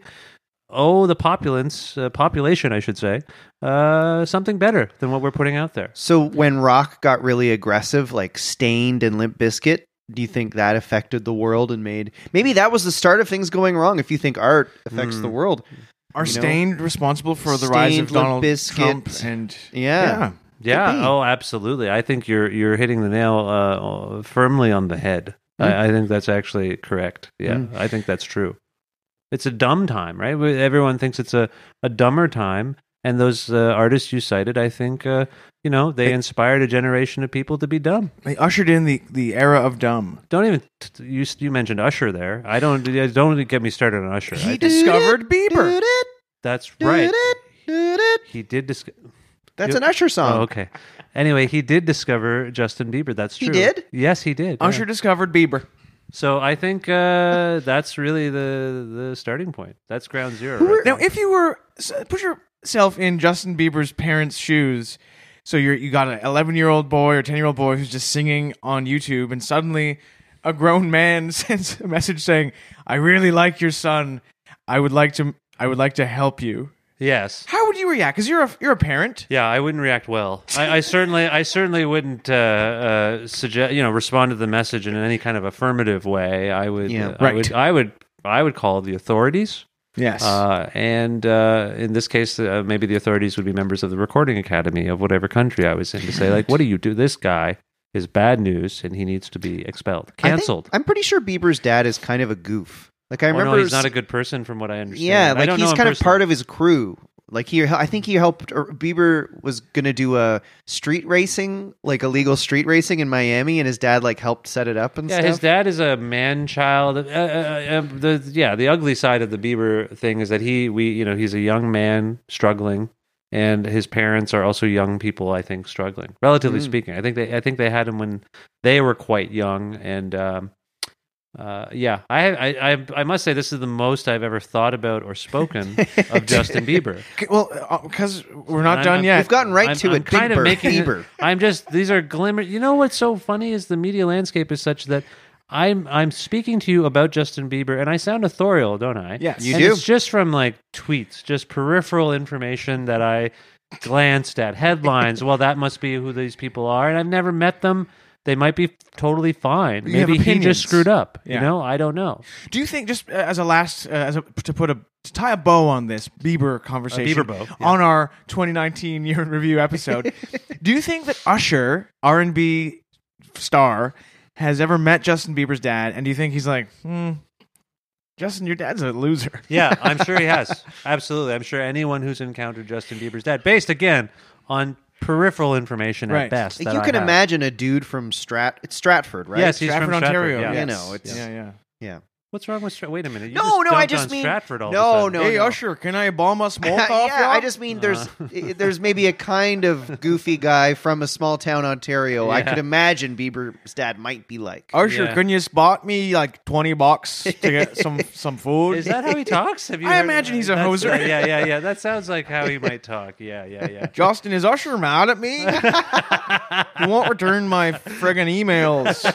owe the populace, uh, population, I should say, uh, something better than what we're putting out there.
So when rock got really aggressive, like stained and Limp Biscuit, do you think that affected the world and made maybe that was the start of things going wrong? If you think art affects
Hmm.
the world,
Are
You know,
stained responsible for the rise
Stained,
of
Limp
Donald
Bizkit.
Trump and
Yeah. Could be.
Yeah. Oh, absolutely. I think you're you're hitting the nail uh, firmly on the head.
Hmm.
I, I think that's actually correct. Yeah, I think that's true. It's a dumb time, right? We- Everyone thinks it's a, a dumber time. And those uh, artists you cited, I think, uh, you know, they inspired a generation of people to be dumb.
they ushered in the the era of dumb.
Don't even t- you you mentioned Usher there. I don't don't get me started on Usher. I-
He discovered Bieber.
that's
Right.
right. He did discover.
That's
You-
an Usher song.
Oh, okay. Anyway, he did discover Justin Bieber. That's
He
true.
did?
Yes, he did. yeah.
Usher discovered Bieber.
So I think uh, that's really the the starting point. That's ground zero.
Who
right
were- now,
there.
if you were s- put yourself in Justin Bieber's parents' shoes, so you're you got an 11 year old boy or 10 year old boy who's just singing on YouTube, and suddenly a grown man sends a message saying, "I really like your son. I would like to I would like to help you."
yes.
How would you react? Because you're a you're a parent.
Yeah, I wouldn't react well. I, I certainly, I certainly wouldn't uh, uh, suggest, you know, respond to the message in any kind of affirmative way. I would, uh,
Yeah.
I
Right.
would, I would, I would call the authorities.
Yes.
Uh, and uh, in this case, uh, maybe the authorities would be members of the Recording Academy of whatever country I was in to say, like, what do you do? This guy is bad news and he needs to be expelled,
I think-
canceled.
I'm pretty sure Bieber's dad is kind of a goof. Like I
Oh,
remember
no, he's
s-
not a good person from what I understand.
Yeah,
I
like
don't know
he's
him
kind of
personally.
part of his crew. Like he, I think he helped. Or Bieber was gonna do a street racing, like illegal street racing in Miami, and his dad like helped set it up and
Yeah,
stuff.
his dad is a man child. Uh, uh, uh, the yeah, the ugly side of the Bieber thing is that he we you know he's a young man struggling, and his parents are also young people. I think struggling, relatively
Mm.
speaking. I think they I think they had him when they were quite young, and um, uh, yeah, I, I I I must say this is the most I've ever thought about or spoken of Justin Bieber.
Okay, well, because we're not
I'm-
done
I'm-
yet.
We've gotten right
I'm-
to
I'm
it. Big
kind of
Bird,
making it-
Bieber.
I'm just these are glimmer. You know what's so funny is the media landscape is such that I'm I'm speaking to you about Justin Bieber and I sound authorial, don't I?
Yes. You
And
do.
It's just from like tweets, just peripheral information that I glanced at headlines. well, that must be who these people are, and I've never met them. They might be totally fine.
You have
Maybe he
opinions.
just screwed up.
Yeah.
You know, I don't know.
Do you think just uh, as a last uh, as a, to put a to tie a bow on this Bieber conversation
Bieber bow, yeah.
on our 2019 year in review episode? do you think that Usher R&B star has ever met Justin Bieber's dad and do you think he's like, "Hmm, Justin, your dad's a loser."
Yeah, I'm sure he has. Absolutely. I'm sure anyone who's encountered Justin Bieber's dad, based again on peripheral information
Right.
at best. that
you
I
can
have.
imagine a dude from Strat. It's Stratford, right?
Yes, he's
Stratford,
from Stratford,
Ontario.
yeah.
You know, it's-
yeah, yeah.
yeah.
What's wrong with Stratford? Wait a minute. You
No,
just
no, I
dumped
just
on
mean-
Stratford all
No,
of a sudden.
no.
hey Usher, can I bomb a small
yeah,
off?
I just mean there's
Uh.
i- there's maybe a kind of goofy guy from a small town Ontario. I
Yeah.
could imagine Bieber's dad might be like.
Usher,
Yeah.
can you spot me like 20 bucks to get some some food?
Is that how he talks? Have you
I
heard-
imagine he's a
That's-
hoser.
yeah, yeah, yeah. That sounds like how he might talk. Yeah, yeah, yeah.
Justin, is Usher mad at me? he won't return my friggin' emails.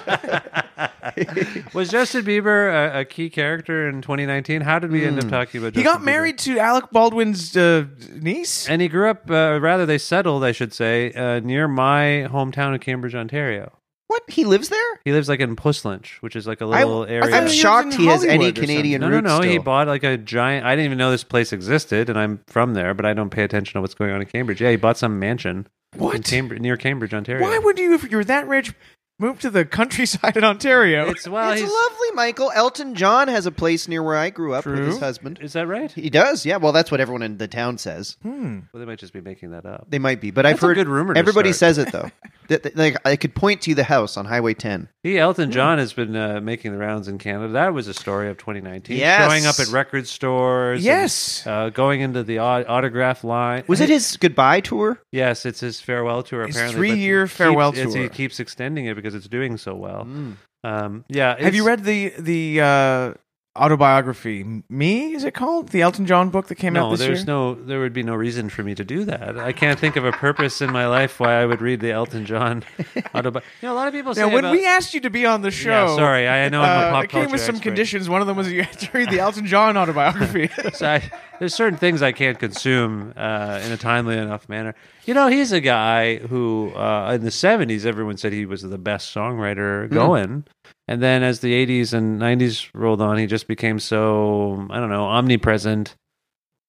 Was Justin Bieber a, a key character in 2019? How did we
Hmm.
end up talking about?
He
Justin
got
Bieber?
married to Alec Baldwin's uh, niece.
and he grew up. Uh, rather, they settled, I should say, uh, near my hometown of Cambridge, Ontario.
What? He lives there?
He lives like in Puslinch, which is like a
I-
little area.
I'm
he was
shocked
in
he has any
Hollywood or
Canadian
no, no,
roots.
no. He
still.
bought like a giant. I didn't even know this place existed, and I'm from there, but I don't pay attention to what's going on in Cambridge. Yeah, he bought some mansion in
What?
Cambridge, near Cambridge, Ontario.
Why would you, if you're that rich, move to the countryside in Ontario?
It's well,
it's
he's,
lovely, Michael. Elton John has a place near where I grew up with
True.
his husband.
is that right?
He does, yeah. Well, that's what everyone in the town says.
Hmm.
Well, they might just be making that up.
They might be, but I've
That's a
heard
good rumor to
Everybody
start.
says it though. that, that- like I could point to the house on Highway 10.
He, Elton John, has been uh, making the rounds in Canada. That was a story of 2019.
Yes.
Showing up at record stores. and,
Yes.
uh, going into the au- autograph line.
Was it his goodbye tour?
Yes, it's his farewell tour.
His
Apparently,
three-year
but he keeps-
farewell
it's- He
tour. Hmm.
keeps extending it because it's doing so well. Um, yeah.
Have you
it's-
read the the uh, autobiography? Me is it called the Elton John book that came out
No,
this
there's
year?
no. There would be no reason for me to do that. I can't think of a purpose in my life why I would read the Elton John autobiography. You know, a lot of people say
Now, when
about-
we asked you to be on the show,
Yeah, sorry, I know I'm a
uh,
pop
it came
culture
with some
expert.
conditions. One of them was you had to read the Elton John autobiography.
So I, there's certain things I can't consume uh, in a timely enough manner. You know, he's a guy who uh, in the 70s everyone said he was the best
Hmm.
songwriter going, and then as the 80s and 90s rolled on, he just became so I don't know omnipresent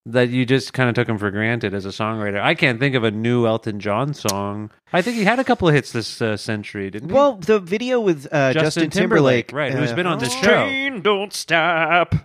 that you just kind of took him for granted as a songwriter. I can't think of a new Elton John song. I think he had a couple of hits this uh, century, didn't he?
Well, the video with uh, Justin, Timberlake,
right?
uh,
who's been on this show?
don't stop.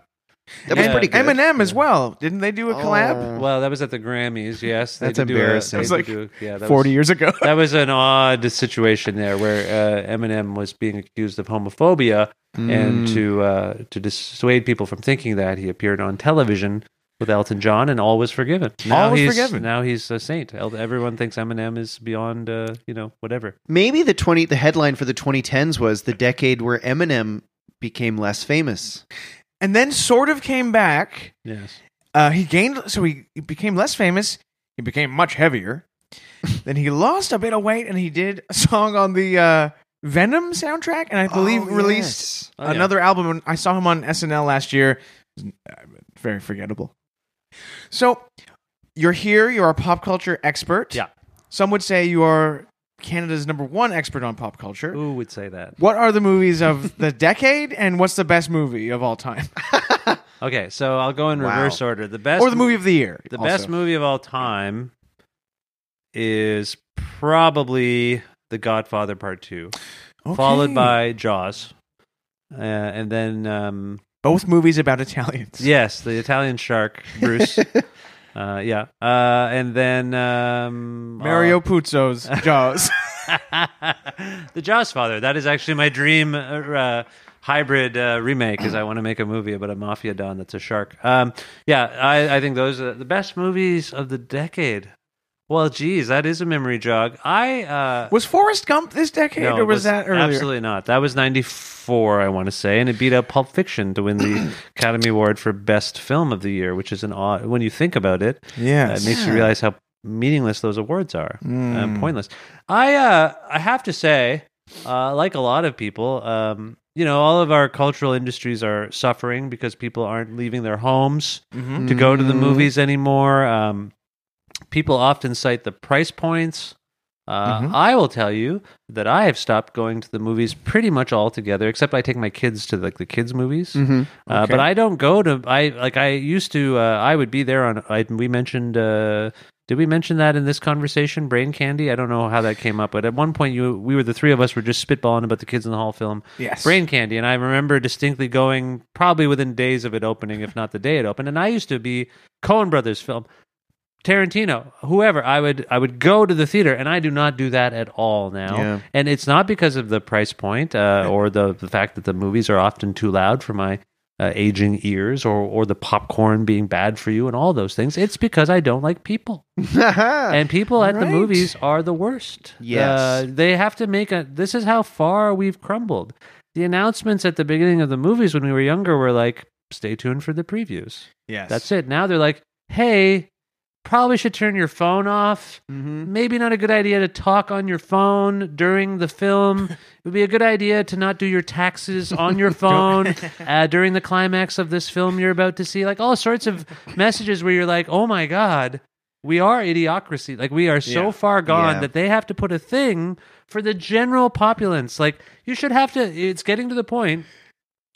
That was
Yeah.
pretty good.
Eminem as well. Didn't they do a collab?
Oh.
Well, that was at the Grammys. Yes, they
That's
did do a-
embarrassing.
they
It
did
was like
do a- yeah, that was-
Forty years ago.
that was an odd situation there, where uh, Eminem was being accused of homophobia,
Mm.
and to uh, to dissuade people from thinking that, he appeared on television with Elton John, and all was forgiven. Now
All was
he's,
forgiven.
Now he's a saint. El- Everyone thinks Eminem is beyond, uh, you know, whatever.
Maybe the twenty. The headline for the 2010s was the decade where Eminem became less famous.
and then sort of came back.
Yes,
Uh, he gained, so he, he became less famous. He became much heavier. then he lost a bit of weight, and he did a song on the uh, Venom soundtrack, and I believe
Oh,
released
yes.
Oh, yeah.
another album. And I saw him on SNL last year. Uh, Very forgettable. So you're here. You're a pop culture expert.
Yeah.
Some would say you are Canada's number one expert on pop culture.
Who would say that?
What are the movies of the decade, and what's the best movie of all time,
Okay, so I'll go in
Wow.
reverse order. The best
or the movie of the year?
The
also.
best movie of all time is probably The Godfather Part Two, followed
Okay.
by Jaws, uh, and then um,
both movies about Italians.
yes, the Italian shark Bruce. uh, yeah, uh, and then um,
Mario Puzo's Jaws.
uh, the Jaws Father. That is actually my dream uh, uh, hybrid uh, remake. Is I want to make a movie about a mafia don that's a shark. Um, yeah, I, I think those are the best movies of the decade. Well, geez, that is a memory jog. I uh,
was Forrest Gump this decade,
no,
or
it
was, that earlier?
Absolutely not. That was '94, I want to say, and it beat out Pulp Fiction to win the Academy Award for Best Film of the Year, which is an odd. When you think about it,
Yeah, Mm.
it makes you realize how meaningless those awards are,
Hmm.
uh, pointless. I uh, I have to say, uh, like a lot of people, um, you know, all of our cultural industries are suffering because people aren't leaving their homes
Mm-hmm.
to go to
Mm.
the movies anymore. Um, people often cite the price points. Uh, I will tell you that I have stopped going to the movies pretty much altogether, except I take my kids to like the kids' movies. Uh, but I don't go to I like I used to. Uh, I would be there on. I, we mentioned. Uh, did we mention that in this conversation? Brain candy. I don't know how that came up, but at one point you we were the three of us were just spitballing about the kids in the hall film.
Yes.
Brain Candy, and I remember distinctly going probably within days of it opening, if not the day it opened. And I used to be Coen Brothers film, Tarantino, whoever. I would I would go to the theater, and I do not do that at all now.
Yeah.
And it's not because of the price point uh, or the the fact that the movies are often too loud for my. Uh, aging ears, or or the popcorn being bad for you, and all those things. It's because I don't like people
Mm. Uh-huh.
and people at the
Right.
movies are the worst.
Yes.
Uh, they have to make a. This is how far we've crumbled. The announcements at the beginning of the movies when we were younger were like, "Stay tuned for the previews."
Yes,
That's it. Now they're like, "Hey, Probably should turn your phone off.
Mm-hmm.
Maybe not a good idea to talk on your phone during the film. it would be a good idea to not do your taxes on your phone uh, during the climax of this film you're about to see. Like all sorts of messages where you're like, oh my God, we are idiocracy. Like we are so
Yeah.
far gone
Yeah.
that they have to put a thing for the general populace. Like you should have to, it's getting to the point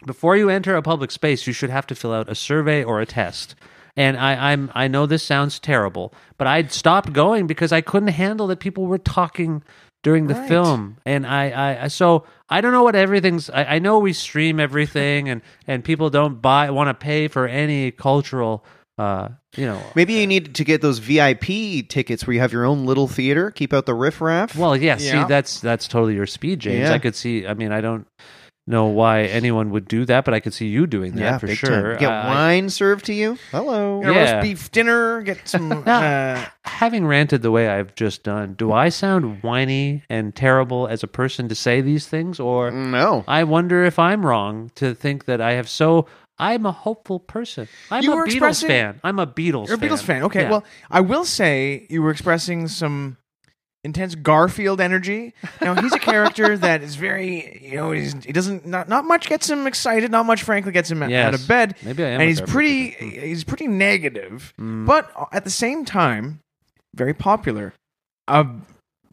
before you enter a public space, you should have to fill out a survey or a test. And I, I'm I know this sounds terrible, but I'd stopped going because I couldn't handle that people were talking during the film. And I, I, I so I don't know what everything's. I, I know we stream everything, and and people don't buy want to pay for any cultural, uh, you know.
Maybe you need to get those VIP tickets where you have your own little theater. Keep out the riffraff.
Well, yeah,
Yeah.
See, that's that's totally your speed, James.
Yeah.
I could see. I mean, I don't know why anyone would do that, but I could see you doing that
yeah,
for
big
sure. Uh,
time. Get
I-
wine served to you. Hello.
Get a
Yeah.
roast beef dinner. Get some. uh,
having ranted the way I've just done, do I sound whiny and terrible as a person to say these things? Or
Mm.
No.
I wonder if I'm wrong to think that I have so. I'm a hopeful person. I'm
You
a
were
Beatles
expressing-
fan. I'm a Beatles
You're a
fan.
Beatles fan. Okay.
Yeah.
Well, I will say you were expressing some intense Garfield energy. Now he's a character that is very, you know, he's, he doesn't not, not much gets him excited. Not much, frankly, gets him out
Yes.
of bed.
Maybe I am a
And he's
Garfield
pretty,
fan.
he's pretty negative, but uh, at the same time, very popular. A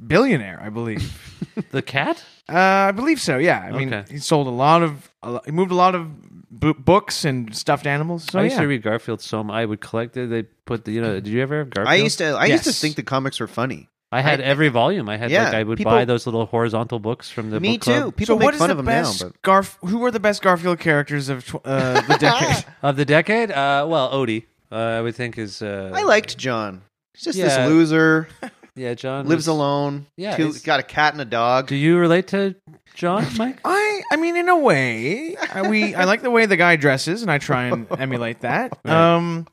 billionaire, I believe.
the cat?
Uh, I believe so. Yeah. I mean,
Okay.
he sold a lot of, a lot, he moved a lot of bu- books and stuffed animals. So
I used
Oh, yeah.
to read Garfield so much. I would collect it. They put the, you know, did you ever have Garfield?
I used to. I used
Yes.
to think the comics were funny.
I had every volume. I had
Yeah,
like I would
people-
buy those little horizontal books from the
Me
book club
too. People
so
make
what is
fun
the
of them
best
now. But
Garf? Who are the best Garfield characters of tw- uh, the decade?
of the decade. Uh, well, Odie, uh, I would think is. Uh,
I liked John. He's just
Yeah.
this loser,
Yeah, John
lives
was-
alone.
Yeah,
two,
it's-
got a cat and a dog.
Do you relate to John, Mike?
I, I mean, in a way, I, we, I like the way the guy dresses, and I try and emulate that.
Right.
Um,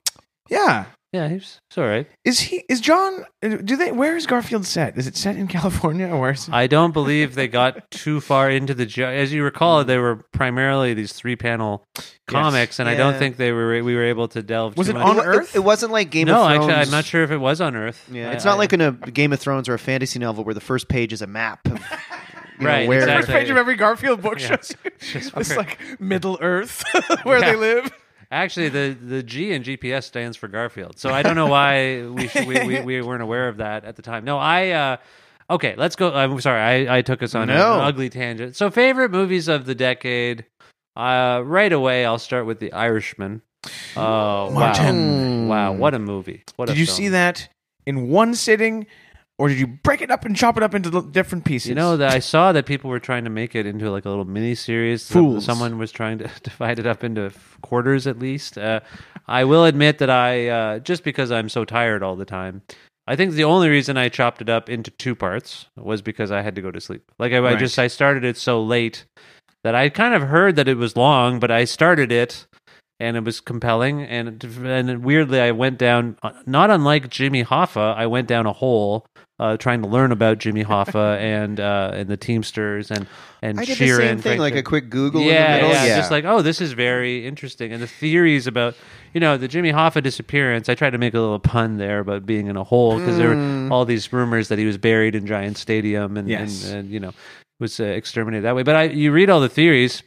yeah.
yeah, he's it's all right.
Is he? Is John? Do they? Where is Garfield set? Is it set in California or where is it?
I don't believe they got too far into the. jo- As you recall,
Hmm.
they were primarily these three panel comics, and I don't
Yeah.
think they were. We were able to delve.
Was
too
it
much.
on
It wa-
Earth?
It, wasn't like Game
no,
of Thrones.
actually, I'm not sure if it was on Earth.
Yeah,
I-
it's not
I-
like in a Game of Thrones or a fantasy novel where the first page is a map. Of, you know,
Right,
where-
exactly.
First page of every Garfield book
Yeah.
shows you it's
where-
like Middle Earth where
Yeah.
they live.
Actually, the, the G in GPS stands for Garfield. So I don't know why we, should, we, we we weren't aware of that at the time. No, I. Uh, okay, let's go. I'm sorry, I, I took us on an
No.
ugly tangent. So, favorite movies of the decade. Uh, right away, I'll start with The Irishman. Oh,
Martin.
wow. Wow, what a movie. What
Did
a
you
film.
see that in one sitting, or did you break it up and chop it up into li- different pieces?
You know that I saw that people were trying to make it into like a little mini series. Some-
Fools.
Someone was trying to divide it up into f- quarters at least. Uh, I will admit that I uh, just because I'm so tired all the time. I think the only reason I chopped it up into two parts was because I had to go to sleep. Like I, I
Right.
just I started it so late that I kind of heard that it was long, but I started it and it was compelling and and weirdly I went down uh, not unlike Jimmy Hoffa, I went down a hole uh, trying to learn about Jimmy Hoffa and uh, and the Teamsters and and
I did the
Sheeran,
same thing,
Frank
like
Sheeran.
a quick Google in
yeah,
the middle.
yeah, just like oh, this is very interesting, and the theories about you know the Jimmy Hoffa disappearance. I tried to make a little pun there about being in a hole because there
Hmm. Mm.
were all these rumors that he was buried in Giant Stadium and
Yes.
and, and you know was uh, exterminated that way. But I, you read all the theories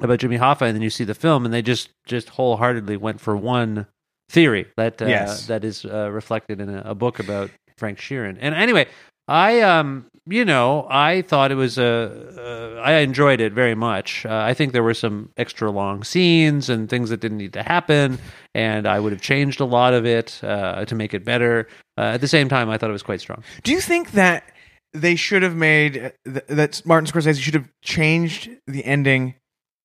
about Jimmy Hoffa, and then you see the film, and they just just wholeheartedly went for one theory that uh,
Yes.
that is uh, reflected in a, a book about Frank Sheeran. And anyway, I um you know I thought it was a uh, I enjoyed it very much. Uh, I think there were some extra long scenes and things that didn't need to happen, and I would have changed a lot of it uh, to make it better. Uh, at the same time, I thought it was quite strong.
Do you think that they should have made th- that Martin Scorsese should have changed the ending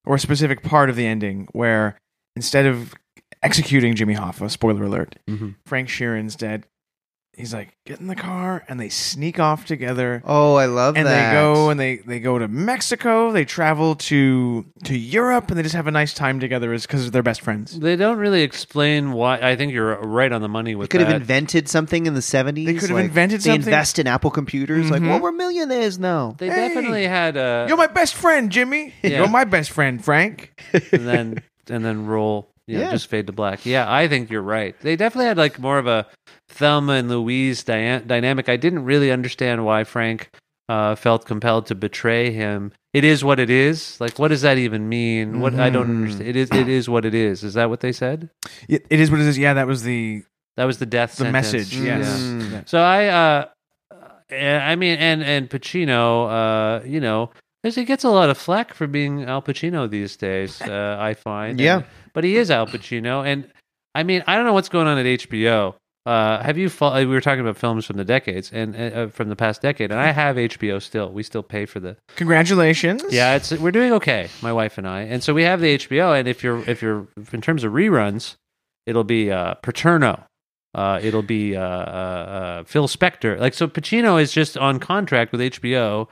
or a specific part of the ending where instead of executing Jimmy Hoffa, spoiler alert,
Mhm.
Frank Sheeran's dead. He's like, get in the car, and they sneak off together.
Oh, I love
and
that.
they go and they, they go to Mexico. They travel to to Europe, and they just have a nice time together, is because they're best friends.
They don't really explain why. I think you're right on the money with
could
that.
have invented something in the 70s.
They could have
like,
invented
they
something.
invest in Apple computers. Like,
Mhm.
well, we're millionaires now.
they
Hey!
definitely had uh, a
You're my best friend, Jimmy.
Yeah.
You're my best friend, Frank.
and then and then roll you know,
Yeah.
just fade to black. Yeah, I think you're right. They definitely had like more of a Thelma and Louise dia- dynamic. I didn't really understand why Frank uh, felt compelled to betray him. It is what it is. Like, what does that even mean? What I don't
Mhm.
understand. It is. It is what it is. Is that what they said?
It, it is what it is. Yeah, that was the
That was the death.
the
sentence. Mm.
message.
Yeah.
Yes. Yeah.
So I, uh, and- I mean, and and Pacino, uh, you know, because he gets a lot of flack for being Al Pacino these days. Uh, I find,
Yeah.
And- but he is Al Pacino, and I mean, I don't know what's going on at HBO. Uh, have you? Fo- we were talking about films from the decades and uh, from the past decade, and I
Hmm.
have HBO still. We still pay for the
Congratulations.
yeah, it's we're doing okay, my wife and I, and so we have the HBO. And if you're if you're in terms of reruns, it'll be uh, Paterno, uh, it'll be uh, uh, uh, Phil Spector. Like so, Pacino is just on contract with HBO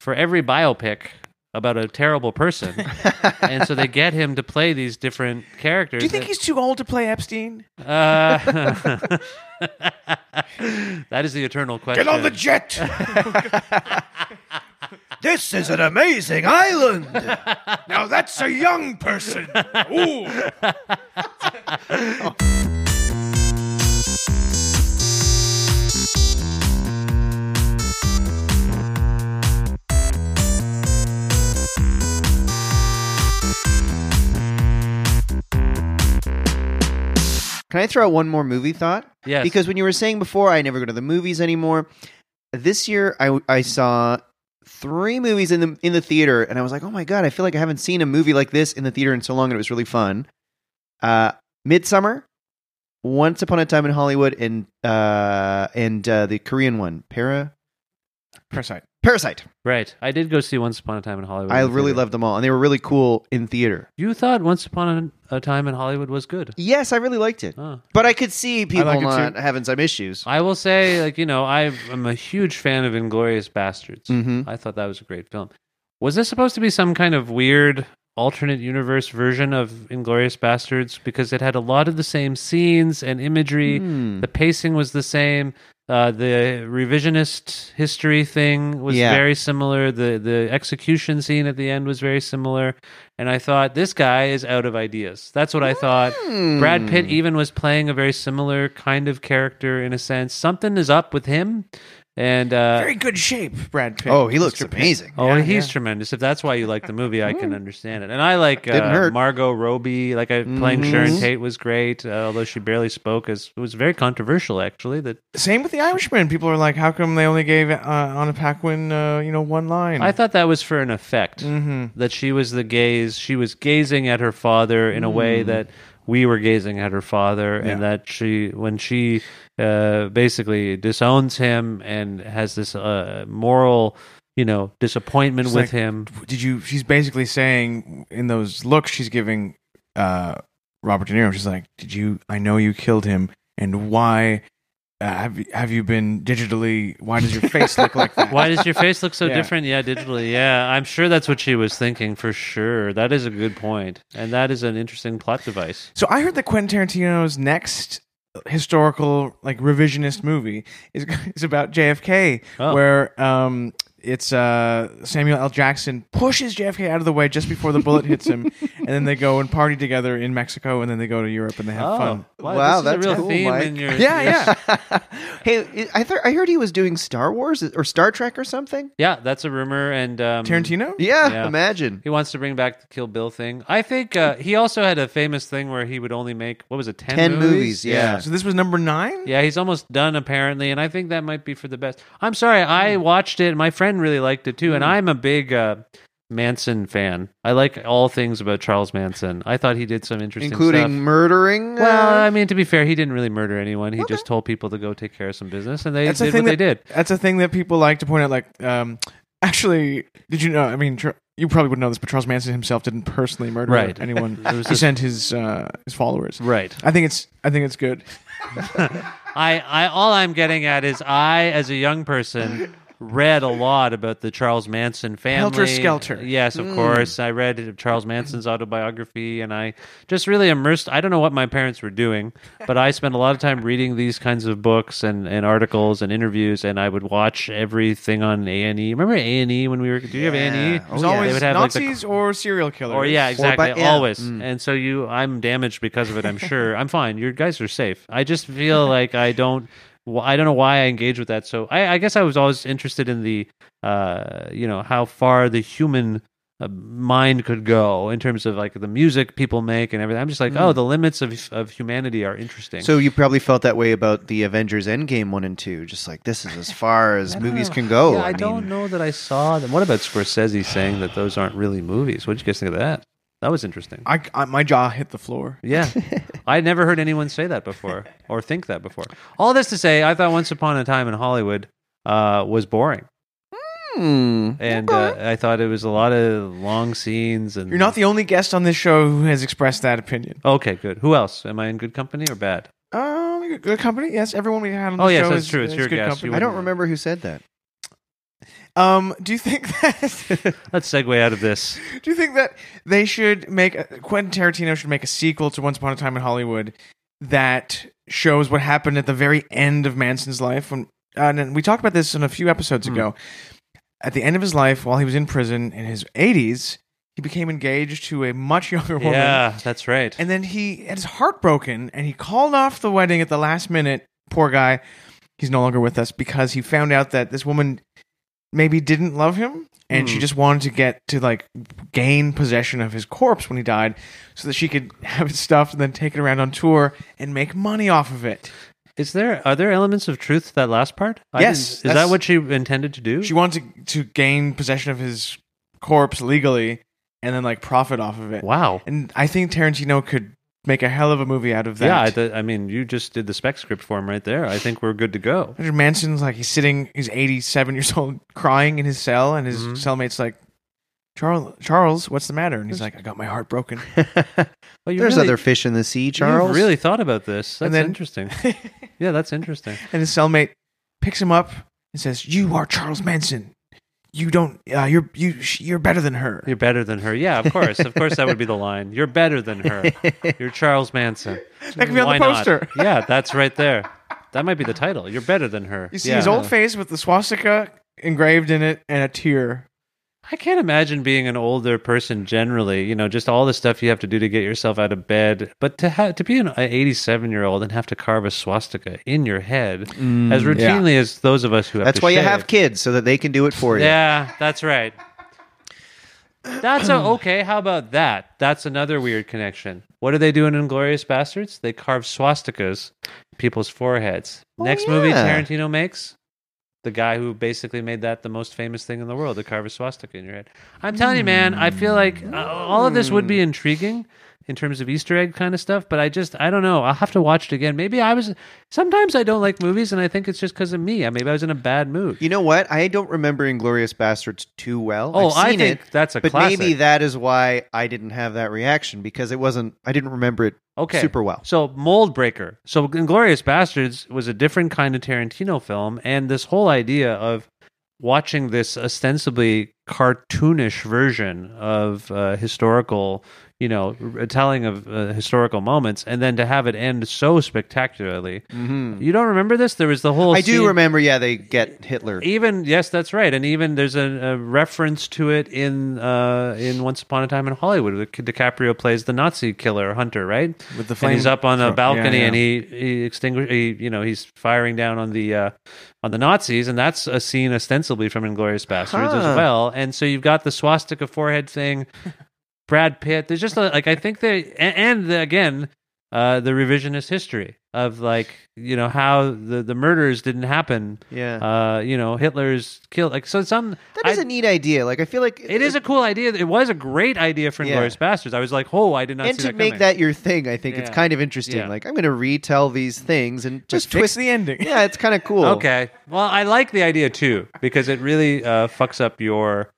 for every biopic about a terrible person, and so they get him to play these different characters.
Do you think he's too old to play Epstein?
Uh, that is the eternal question.
jet.
this is an amazing island.
now that's a young person. Ooh.
Can I throw out one more movie thought?
yes,
Because when you were saying before, I never go to the movies anymore. This year, I I saw three movies in the in the theater, and I was like, oh my god, I feel like I haven't seen a movie like this in the theater in so long, and it was really fun. Uh, Midsummer, Once Upon a Time in Hollywood, and uh, and uh, the Korean one, Para
Parasite.
Parasite.
right. I did go see Once Upon a Time in Hollywood.
I
in the
really
theater.
loved them all, and they were really cool in theater.
You thought Once Upon a a Time in Hollywood was good.
Yes, I really liked it,
Oh.
but I could see people
like it too.
not having some issues.
I will say, like you know, I've, I'm a huge fan of Inglorious Bastards.
Mm-hmm.
I thought that was a great film. Was this supposed to be some kind of weird alternate universe version of Inglorious Bastards? Because it had a lot of the same scenes and imagery.
Mm-hmm.
The pacing was the same. Uh, the revisionist history thing was
Yeah.
very similar. The the execution scene at the end was very similar. And I thought this guy is out of ideas. That's what I thought. Brad Pitt even was playing a very similar kind of character in a sense. Something is up with him. And uh,
Very good shape, Brad Pitt.
Oh, he looks
Mr. Pitt.
amazing.
Oh,
Yeah,
he's
yeah.
tremendous. If that's why you like the movie, I can understand it. And I like
Didn't
uh,
hurt.
Margot Robbie. Like I, playing Sharon
Mhm.
Tate was great, uh, although she barely spoke. As, it was very controversial, actually. That
Same with the Irishman. People are like, how come they only gave uh, Anna Paquin, uh, you know, one line?
I thought that was for an effect
hmm
that she was the gaze. She was gazing at her father in a
Mm.
way that we were gazing at her father, and that she, when she uh, basically disowns him and has this uh, moral, you know, disappointment
She's
with
like,
him.
Did you? She's basically saying in those looks she's giving uh, Robert De Niro. She's like, "Did you? I know you killed him, and why uh, have you- have you been digitally? Why does your face look like that?
Why does your face look so
Yeah.
different? Yeah, digitally. Yeah, I'm sure that's what she was thinking for sure. That is a good point, and that is an interesting plot device.
So I heard that Quentin Tarantino's next historical like revisionist movie is is about JFK,
Oh.
where um it's uh Samuel L. Jackson pushes JFK out of the way just before the bullet hits him, and then they go and party together in Mexico, and then they go to Europe and they have fun.
Oh, Wow,
this
that's
is a real
cool,
theme
Mike.
in your
Yeah,
your-
yeah.
hey, I, th- I heard he was doing Star Wars or Star Trek or something.
yeah. That's a rumor, and um,
Tarantino?
Yeah,
Yeah.
imagine.
He wants to bring back the Kill Bill thing. I think uh, he also had a famous thing where he would only make what was it, ten,
10 movies, yeah.
So this was number nine.
Yeah, he's almost done apparently, and I think that might be for the best. I'm sorry, I watched it. and My friend really liked it too, and I'm a big uh, Manson fan. I like all things about Charles Manson. I thought he did some interesting,
Including
Stuff.
murdering.
Well,
uh,
I mean, to be fair, he didn't really murder anyone. He just told people to go take care of some business, and they
That's the
did
thing
what they
that-
did.
That's a thing that people like to point out. Like, um, actually, did you know? I mean, Char- you probably wouldn't know this, but Charles Manson himself didn't personally murder
Right.
anyone.
There was
he
this-
sent his uh, his followers.
Right.
I think it's I think it's good.
I, I, all I'm getting at is, I, as a young person, read a lot about the Charles Manson family.
Helter Skelter. Hmm.
Yes, of course. I read Charles Manson's autobiography and I just really immersed. I don't know what my parents were doing, but I spent a lot of time reading these kinds of books and, and articles and interviews and I would watch everything on A&E. Remember A&E when we were, do you have E? A&E?
Yeah.
It
Oh,
was
yeah.
always like, the
E, Nazis or serial killers.
or yeah, Mm. exactly,
but- yeah.
always. And so you, I'm damaged because of it. I'm sure. I'm fine. You guys are safe. I just feel like I don't. wh- I don't know why I engage with that. So I, I guess I was always interested in the, uh, you know, how far the human uh, mind could go in terms of like the music people make and everything. I'm just like, oh, the limits of of humanity are interesting.
So you probably felt that way about the Avengers Endgame one and two, just like this is as far as movies can go.
Yeah, I, don't know that I saw them. What about Scorsese saying that those aren't really movies? What did you guys think of that? That was interesting.
I, I, my jaw hit the floor.
Yeah. I never heard anyone say that before or think that before. All this to say, I thought Once Upon a Time in Hollywood uh, was boring.
hmm.
And uh, I thought it was a lot of long scenes. And
You're not the only guest on this show who has expressed that opinion.
okay. Good. Who else? Am I in good company or bad?
Um, good company. Yes, everyone we had on the
Oh, yes,
show
that's
is,
true. It's
is
your
good
guest.
company.
You
I don't remember who said that.
Um, do you think that?
Let's segue out of this.
do you think that they should make a, Quentin Tarantino should make a sequel to Once Upon a Time in Hollywood that shows what happened at the very end of Manson's life? When uh, and then we talked about this in a few episodes ago. At the end of his life, while he was in prison in his 80s, he became engaged to a much younger woman.
Yeah, that's right.
And then he had his heart broken and he called off the wedding at the last minute. Poor guy. He's no longer with us because he found out that this woman maybe didn't love him and
Hmm.
she just wanted to get to like gain possession of his corpse when he died so that she could have it stuffed and then take it around on tour and make money off of it.
Is there are there elements of truth to that last part? I
Yes,
didn't- Is
that's-
that what she intended to do?
She wanted to, to gain possession of his corpse legally and then like profit off of it.
wow.
And I think Tarantino could make a hell of a movie out of that.
Yeah. I, th- I mean, you just did the spec script for him right there. I think we're good to go.
Andrew Manson's like he's sitting, he's 87 years old, crying in his cell, and his
Mhm.
cellmate's like, Charles, Charles, what's the matter? And he's like, I got my heart broken.
Well, you
There's
really-
other fish in the sea,
You've
Charles.
really thought about this. That's
And then-
interesting. yeah, that's interesting.
And his cellmate picks him up and says, "You are Charles Manson. You don't. Uh, you're you. sh- You're better than her."
You're better than her. Yeah, of course. Of course, that would be the line. You're better than her. You're Charles Manson.
That could be on the
Why not?
poster.
yeah, that's right there. That might be the title. You're better than her.
You see
Yeah.
his old face with the swastika engraved in it and a tear.
I can't imagine being an older person generally, you know, just all the stuff you have to do to get yourself out of bed. But to ha- to be an 87 year old and have to carve a swastika in your head
Mm,
as routinely as those of us who have
That's
to
why you
shave.
have kids so that they can do it for you.
Yeah, that's right. That's a, okay. How about that? That's another weird connection. What are they doing in Glorious Bastards? They carve swastikas in people's foreheads. Next movie
Oh, yeah.
Tarantino makes the guy who basically made that the most famous thing in the world to carve a swastika in your head. I'm telling you, man, I feel like uh, all of this would be
Hmm.
intriguing in terms of Easter egg kind of stuff, but I just, I don't know. I'll have to watch it again. Maybe I was, sometimes I don't like movies and I think it's just because of me. I- Maybe I was in a bad mood.
You know what? I don't remember Inglorious Bastards too well.
Oh,
I've seen
I think
it,
that's a
but
classic.
maybe that is why I didn't have that reaction because it wasn't. I didn't remember it
Okay.
super well.
So Mold Breaker. So Inglorious Bastards was a different kind of Tarantino film, and this whole idea of watching this ostensibly cartoonish version of uh, historical, you know, r- telling of uh, historical moments, and then to have it end so spectacularly.
Mm-hmm.
You don't remember this? There was the whole.
Hmm. I do
scene-
remember. Yeah, they get Hitler.
even yes, that's right, and even there's a, a reference to it in uh, in Once Upon a Time in Hollywood. where DiCaprio plays the Nazi killer Hunter, right?
With the
and he's
flame
up on a
throw-
balcony,
yeah, yeah.
and he he extinguish. He, you know, he's firing down on the uh, on the Nazis, and that's a scene ostensibly from Inglorious Bastards
Huh.
as well. And so you've got the swastika forehead thing. Brad Pitt. There's just a, like I think they a- and, the, again uh, the revisionist history of like you know how the the murders didn't happen
Yeah,
uh, you know, Hitler's killed. Like, so some.
that is
I-
a neat idea. Like I feel like
It is a cool idea. It was a great idea for
Yeah.
Inglourious Bastards. I was like, oh, I did not
and
see
to
that
make
coming.
that your thing, I think it's
Yeah.
kind of interesting.
Yeah.
Like I'm going to retell these things and just
Just fix
twist.
the ending.
Yeah, it's kind of cool.
Okay. Well, I like the idea too because it really uh, fucks up your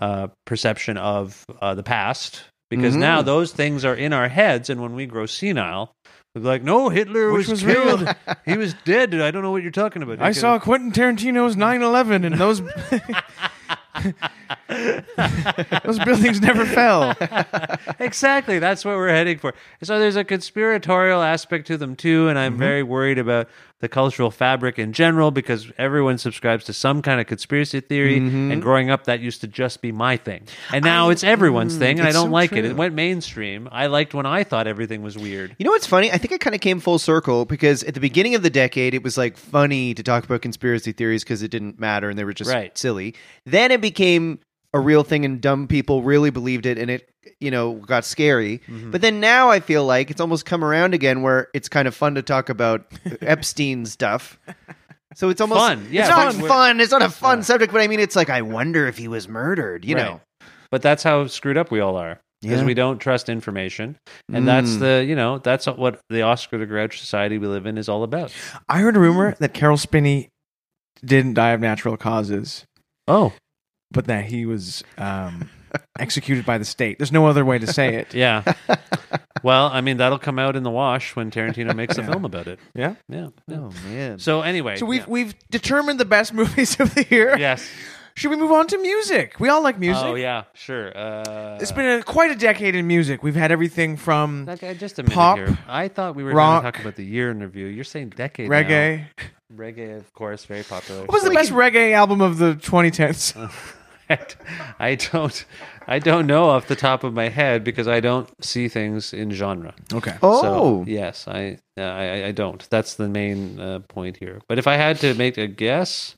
uh, perception
Mm-hmm.
of uh, the past because now those things are in our heads, and when we grow senile, They'd be like, no, Hitler
Which was
was,
real.
killed. he was dead. I don't know what you're talking about.
I saw Quentin Tarantino's 9/11, and those those buildings never fell.
exactly. That's what we're heading for. So there's a conspiratorial aspect to them too, and
Mm-hmm.
I'm very worried about the cultural fabric in general because everyone subscribes to some kind of conspiracy theory.
Mm-hmm.
And growing up, that used to just be my thing, and now it's everyone's thing, and I
mm, it's
don't
so
like it.
true.
It went mainstream. I liked when I thought everything was weird.
You know what's funny? I think it kind of came full circle because at the beginning of the decade, it was like funny to talk about conspiracy theories because it didn't matter and they were just
Right.
silly. Then it became a real thing and dumb people really believed it and it, you know, got scary.
Mm-hmm.
But then now I feel like it's almost come around again where it's kind of fun to talk about Epstein stuff. So it's almost
Fun, yeah,
It's not
fun.
fun. It's not a fun subject, but I mean, it's like I wonder if he was murdered. You
Right.
know,
But that's how screwed up we all are because
Yeah.
we don't trust information, and that's
Mm.
the you know that's what the Oscar the Grouch society we live in is all about.
I heard a rumor that Carol Spinney didn't die of natural causes,
Oh
but that he was um, executed by the state. There's no other way to say it.
yeah. well, I mean that'll come out in the wash when Tarantino makes a film about it.
Yeah.
Yeah. yeah.
oh man,
So anyway,
So we've
yeah.
we've determined the best movies of the year.
yes.
Should we move on to music? We all like music.
Oh yeah, sure. Uh,
It's been a, quite a decade in music. We've had everything from
like, uh, just a minute
pop,
here. I thought we were
rock.
going to talk about the year in review. You're saying decade now.
reggae.
reggae of course, very popular.
What was the best reggae album of the 2010s?
I don't, I don't know off the top of my head because I don't see things in genre.
Okay.
oh
So, yes, I, uh, I, I- I don't. That's the main uh, point here. But if I had to make a guess,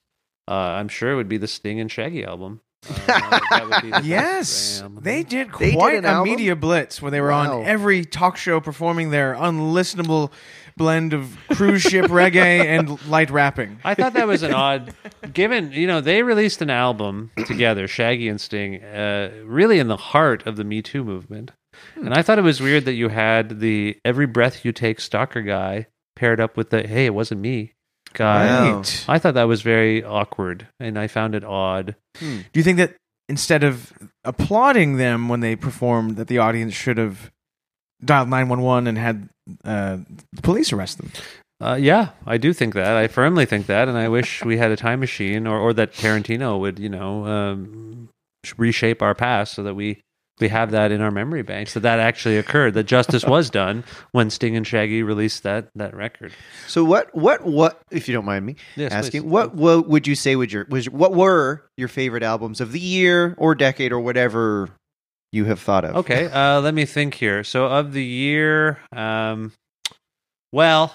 uh, I'm sure it would be the Sting and Shaggy album. Uh, that would be the best
Yes,
jam.
they did
They did
quite
an
a
album?
media blitz where they were
Wow.
on every talk show performing their unlistenable blend of cruise ship reggae and light rapping.
I thought that was an odd, given you know they released an album together, Shaggy and Sting, uh, really in the heart of the Me Too movement,
Hmm.
and I thought it was weird that you had the "Every Breath You Take" stalker guy paired up with the "Hey, it wasn't me" guy.
Wow.
Right.
I thought that was very awkward, and I found it odd.
Do you think that instead of applauding them when they performed, that the audience should have dialed 911 and had uh, the police arrest them?
Uh, yeah, I do think that. I firmly think that, and I wish we had a time machine, or or that Tarantino would, you know, um, reshape our past so that we we have that in our memory banks that that actually occurred, that justice was done when Sting and Shaggy released that that record.
So what what what if you don't mind me
Yes,
asking
please.
what what would you say would your was what were your favorite albums of the year or decade or whatever you have thought of?
Okay, uh, let me think here. So of the year, um, well,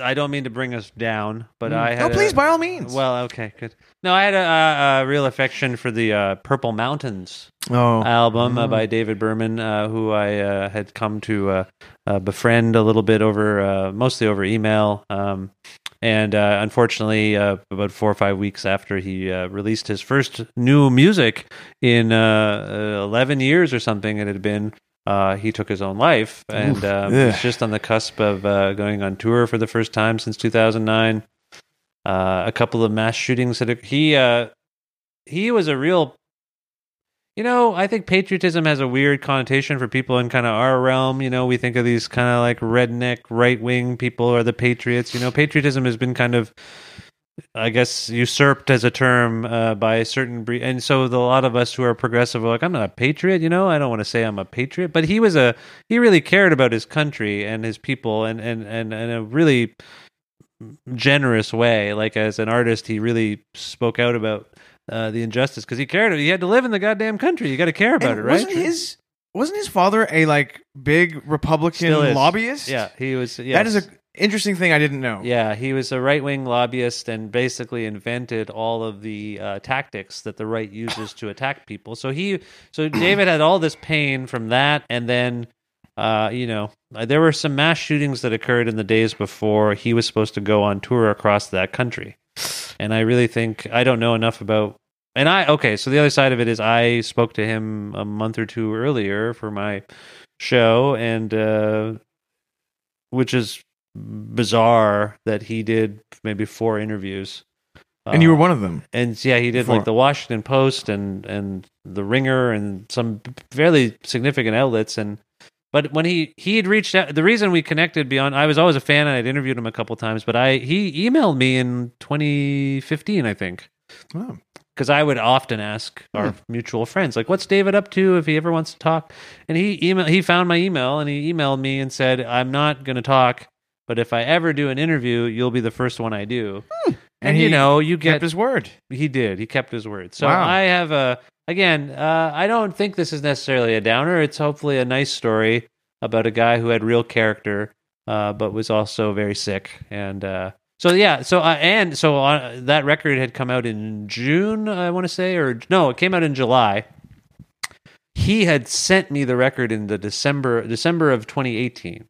I don't mean to bring us down, but I
Mm. No,
had
please,
a-
by all means.
Well, okay, good. No, I had a, a, a real affection for the uh, Purple Mountains
oh,
album uh, by David Berman, uh, who I uh, had come to uh, uh, befriend a little bit over, uh, mostly over email. Um, and uh, unfortunately, uh, about four or five weeks after he uh, released his first new music in uh, uh, 11 years or something, it had been. Uh, he took his own life and um,
Ugh.
was just on the cusp of uh, going on tour for the first time since 2009. Uh, a couple of mass shootings that he uh, he was a real you know, I think patriotism has a weird connotation for people in kind of our realm. You know, we think of these kind of like redneck right wing people are the patriots. You know, patriotism has been kind of, I guess, usurped as a term uh, by a certain breed. And so the, a lot of us who are progressive are like, I'm not a patriot. You know, I don't want to say I'm a patriot, but he was a he really cared about his country and his people, and and and and a really generous way. Like as an artist, he really spoke out about uh, the injustice because he cared. He had to live in the goddamn country. You got to care about
And
it, right?
Wasn't his wasn't his father a like big Republican
Still is.
lobbyist?
Yeah, he was. Yes.
that is an interesting thing I didn't know.
Yeah, he was a right wing lobbyist and basically invented all of the uh, tactics that the right uses to attack people. So he, so David had all this pain from that, and then, uh, you know, uh, there were some mass shootings that occurred in the days before he was supposed to go on tour across that country. And I really think I don't know enough about. And I okay, so the other side of it is I spoke to him a month or two earlier for my show, and uh, which is bizarre that he did maybe four interviews.
and you were
Uh,
one of them.
and yeah, he did
Four.
like the Washington Post and and the Ringer and some fairly significant outlets, and But when he he had reached out, the reason we connected beyond, I was always a fan and I'd interviewed him a couple times. But I he emailed me in 2015, I think,
Oh.
because I would often ask our
Hmm.
mutual friends like, "What's David up to?" If he ever wants to talk, and he email he found my email and he emailed me and said, "I'm not going to talk, but if I ever do an interview, you'll be the first one I do." And,
And
you
he
know, you
Kept
get
his word.
he did. He kept his word. So
Wow.
I have a again. Uh, I don't think this is necessarily a downer. It's hopefully a nice story about a guy who had real character, uh, but was also very sick. And uh, so yeah. So uh, and so uh, that record had come out in June. I want to say or no, it came out in July. He had sent me the record in the December December of 2018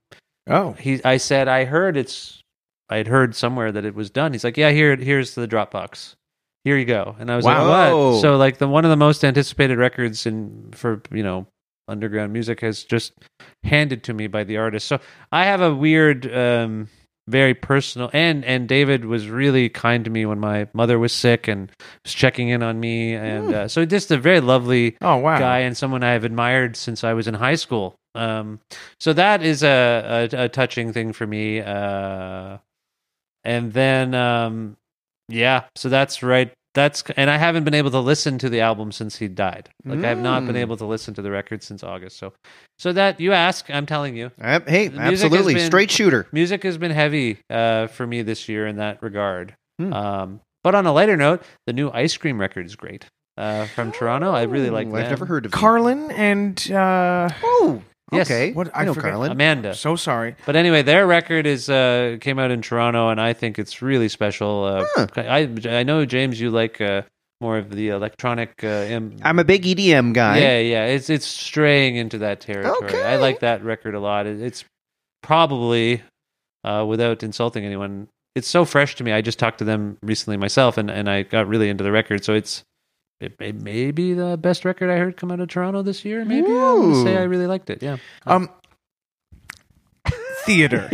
Oh,
he I said I heard it's I had heard somewhere that it was done. He's like, yeah, here here's the Dropbox. Here you go. And I was like,
Wow.
what? So like the one of the most anticipated records in for you know underground music has just handed to me by the artist. So I have a weird, um, very personal and and David was really kind to me when my mother was sick and was checking in on me and uh, so just a very lovely
oh wow.
Ah.
guy and someone I've admired since I was in high school. Um, so that is a, a, a touching thing for me. Uh, and then, um, yeah, so that's right. That's and I haven't been able to listen to the album since he died. Like I've not been
Mm.
able to listen to the record since August. So, so that you ask, I'm telling you,
Yep, hey,
The music has
absolutely.
been-
Straight shooter.
music has been heavy uh, for me this year in that regard.
Hmm.
Um, but on a lighter note, the new ice cream record is great uh, from Toronto. I really like.
Ooh,
that.
I've never heard of them.
Carlin and uh,
Oh,
Yes.
okay.
What-
I,
I
know
forget-
Carlin.
Amanda.
so sorry.
But anyway, their record is uh, came out in Toronto, and I think it's really special. Uh,
Huh.
I I know James, you like uh, more of the electronic. Uh, im-
I'm a big EDM guy.
yeah, yeah, it's it's straying into that territory. I
Okay.
like that record a lot. It, it's probably uh, without insulting anyone. It's so fresh to me. I just talked to them recently myself, and, and I got really into the record. So it's it, may may be the best record I heard come out of Toronto this year. Maybe I would
Ooh.
say I really liked it. Yeah.
Um, theater.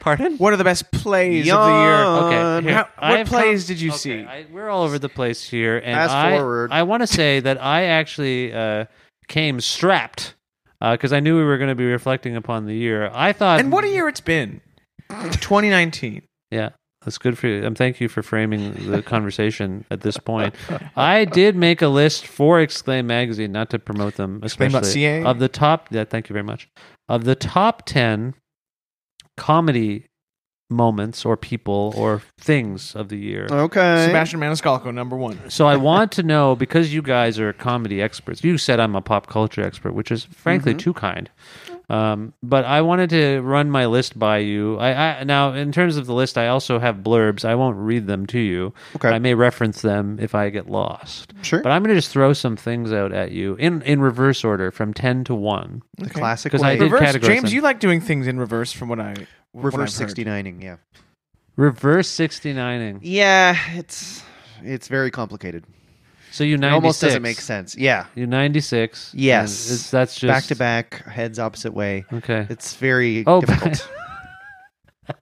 Pardon.
What are the best plays of the year?
Yawn.
Okay.
How-
I
what
have
plays did you
Okay,
see?
I, we're all over the place here, and
Fast
I,
forward.
I want to say that I actually uh, came strapped because I knew we were going to be reflecting upon the year. I thought,
and what a year it's been. 2019.
Yeah, that's good for you. Um, thank you for framing the conversation at this point. I did make a list for Exclaim magazine, not to promote them, especially
Exclaim.ca?
of the top. Yeah, thank you very much. Of the top ten comedy moments or people or things of the year.
Okay.
Sebastian Maniscalco, number one.
So I want to know because you guys are comedy experts. You said I'm a pop culture expert, which is frankly
Mm-hmm.
too kind. Um, but I wanted to run my list by you. I, I now in terms of the list, I also have blurbs. I won't read them to you.
Okay.
I may reference them if I get lost.
Sure.
But I'm going to just throw some things out at you in in reverse order from ten to one.
the classic
'Cause I
way.
did
Reverse.
categorize
James,
them.
you like doing things in reverse from what I what
reverse
I've heard.
69ing, yeah.
Reverse 69ing.
Yeah, it's it's very complicated.
So you 96.
It almost doesn't make sense. Yeah.
You 96. and
Yes.
it's- that's just
back to back, heads opposite way.
Okay.
It's very
Oh,
difficult. Uh,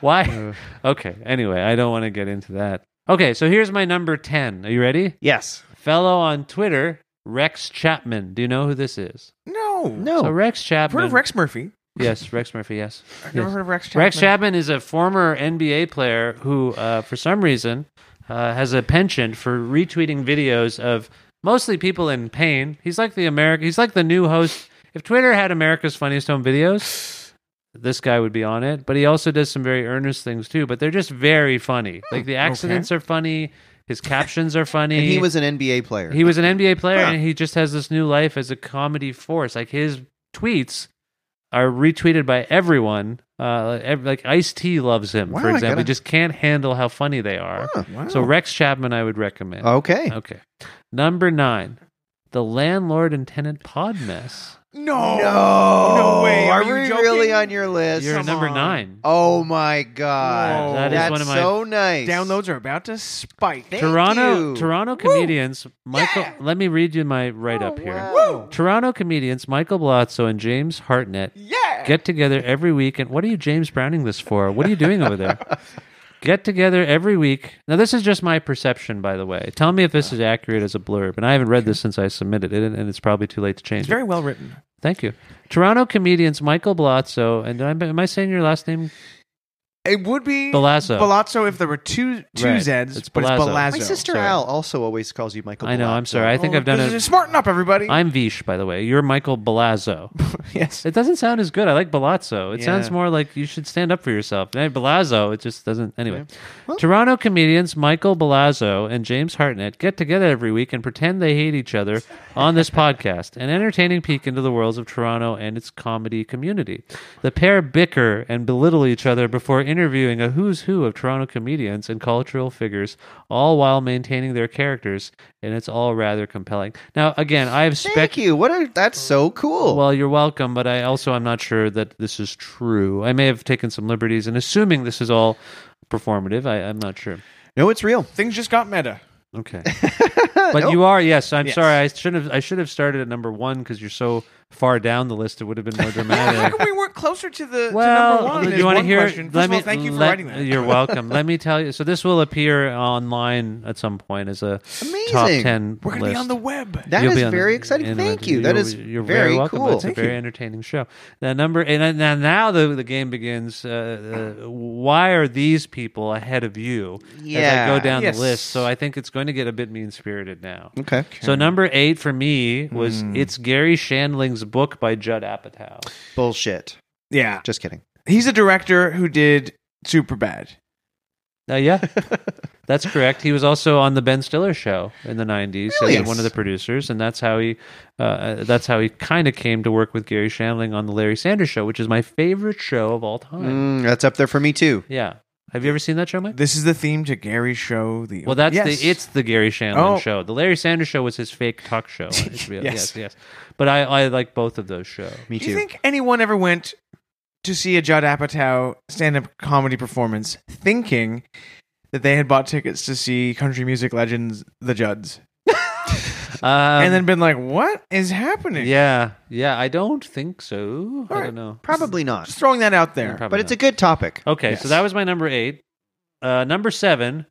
Why? okay. Anyway, I don't want to get into that. Okay, so here's my number 10. Are you ready?
yes.
Fellow on Twitter, Rex Chapman. Do you know who this is?
No.
No.
So Rex
Oh, I've
Chapman.
heard of Rex Murphy.
Yes, Rex Murphy, yes.
I've never
Yes.
heard of Rex Chapman.
Rex Chapman is a former NBA player who, uh, for some reason, uh, has a penchant for retweeting videos of mostly people in pain. He's like the America. He's like the new host. If Twitter had America's Funniest Home Videos, this guy would be on it. But he also does some very earnest things too. But they're just very funny. Like the accidents are funny. His captions are funny.
And he was an NBA player.
He was an NBA player,
Huh.
and he just has this new life as a comedy force. Like his tweets are retweeted by everyone. Uh, ev- like Ice T loves him,
Wow,
for
I
example.
gotta-
He just can't handle how funny they are.
Huh. Oh,
Wow.
So Rex Chapman, I would recommend.
Okay.
Okay, number nine, the landlord and tenant pod mess.
no. No
Oh,
way. Are,
Are,
you
we
joking?
really on your list?
You're
Come
number
on.
nine.
Oh my god.
Whoa.
That is
That's
one of my
so nice.
Downloads are about to spike.
Thank
Toronto,
you.
Toronto comedians. Michael, let me read you my write up here.
Oh, Wow.
Toronto comedians Michael Blazzo and James Hartnett
Yeah.
get together every week and what are you james browning this for what are you doing over there get together every week now this is just my perception by the way tell me if this is accurate as a blurb and i haven't read this since i submitted it and it's probably too late to change
it's
it
very well written.
Thank you. Toronto comedians Michael Blazzo and I, am I saying your last name?
It would be
Bilazzo.
Bilazzo if there were two two
Right.
Z's,
It's
but it's
Bilazzo.
Bilazzo.
My
My sister
sorry.
Al also always calls you Michael.
I know. I'm
Blazzo.
sorry. I think
Oh,
I've done it.
Smarten up, everybody.
I'm Vish, by the way. You're Michael Bilazzo.
yes.
It doesn't sound as good. I like Balazzo. It
Yeah.
sounds more like you should stand up for yourself. And Balazzo, it just doesn't. Anyway, Toronto comedians Michael Balazzo and James Hartnett get together every week and pretend they hate each other on this podcast, an entertaining peek into the worlds of Toronto and its comedy community. The pair bicker and belittle each other before interviewing a who's who of Toronto comedians and cultural figures, all while maintaining their characters, and it's all rather compelling. Now, again, I have spec.
Thank you. What a that's so cool.
Well, you're welcome, but I also am not sure that this is true. I may have taken some liberties in assuming this is all performative. I, I'm not sure.
no, it's real.
Things just got meta.
Okay, but you are. Yes, I'm
Yes.
sorry. I shouldn't have. I should have started at number one because you're so far down the list. It would have been more
How
dramatic.
come we weren't closer to the
well,
to number one?
you
want to
hear?
Question. First of all, thank you for
let-
writing that.
You're welcome. let me tell you. So this will appear online at some point as a top
Amazing.
ten.
We're gonna
list.
be on the web.
That
You'll
is
be on
very
the-
exciting.
in the-
Thank you. That is
you're
very,
welcome.
cool.
It's a very entertaining show. The number and uh, now, now the the game begins. Uh, uh, why are these people ahead of you?
Yeah.
As I go down
Yes.
the list, so I think it's going to get a bit mean spirited now.
okay. Hmm.
So number eight for me was it's Gary Shandling's book by Judd Apatow.
Bullshit.
Yeah,
Just kidding.
he's a director who did Super Bad.
Uh, yeah, that's correct. He was also on the Ben Stiller show in the '90s
Really?
as one of the producers, and that's how he uh, uh, that's how he kind of came to work with Gary Shandling on the Larry Sanders Show, which is my favorite show of all time.
Mm, that's up there for me too.
Yeah, have you ever seen that show, Mike?
This is the theme to Gary's show. The
Well, that's
Yes.
the it's the Gary Shandling
Oh.
show. The Larry Sanders Show was his fake talk show. on HBO.
Yes.
yes, yes. But I I like both of those shows.
Me
Do you
too.
think anyone ever went to see a Judd Apatow stand-up comedy performance thinking that they had bought tickets to see country music legends The Judds,
Um,
and then been like, "What is happening?"
yeah, yeah. I don't think so. I
All right.
don't know.
Probably not.
just throwing that out there.
Probably
But it's
not.
a good topic.
Okay,
Yes.
so that was my number eight. Uh, number seven,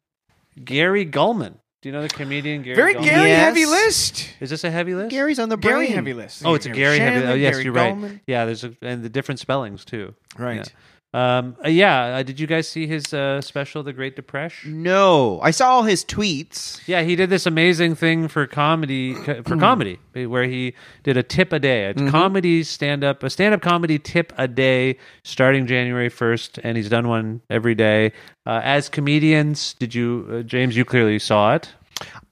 Gary Gulman. Do you know the comedian Gary?
Very
Gulman?
Gary
Yes.
heavy list.
Is this a heavy list?
Gary's on the brain.
Gary heavy list.
Oh, it's a Gary heavy-
Shanley,
oh, yes,
Gary
you're right.
Goldman.
Yeah, there's a, and the different spellings too.
Right.
Um, uh, yeah. Uh, did you guys see his uh, special, The Great Depression?
No, I saw all his tweets.
Yeah, he did this amazing thing for comedy for comedy where he did a tip a day, a
Mm-hmm.
comedy stand up, a stand up comedy tip a day starting January 1st and he's done one every day. Uh, as comedians, did you uh, James you clearly saw it?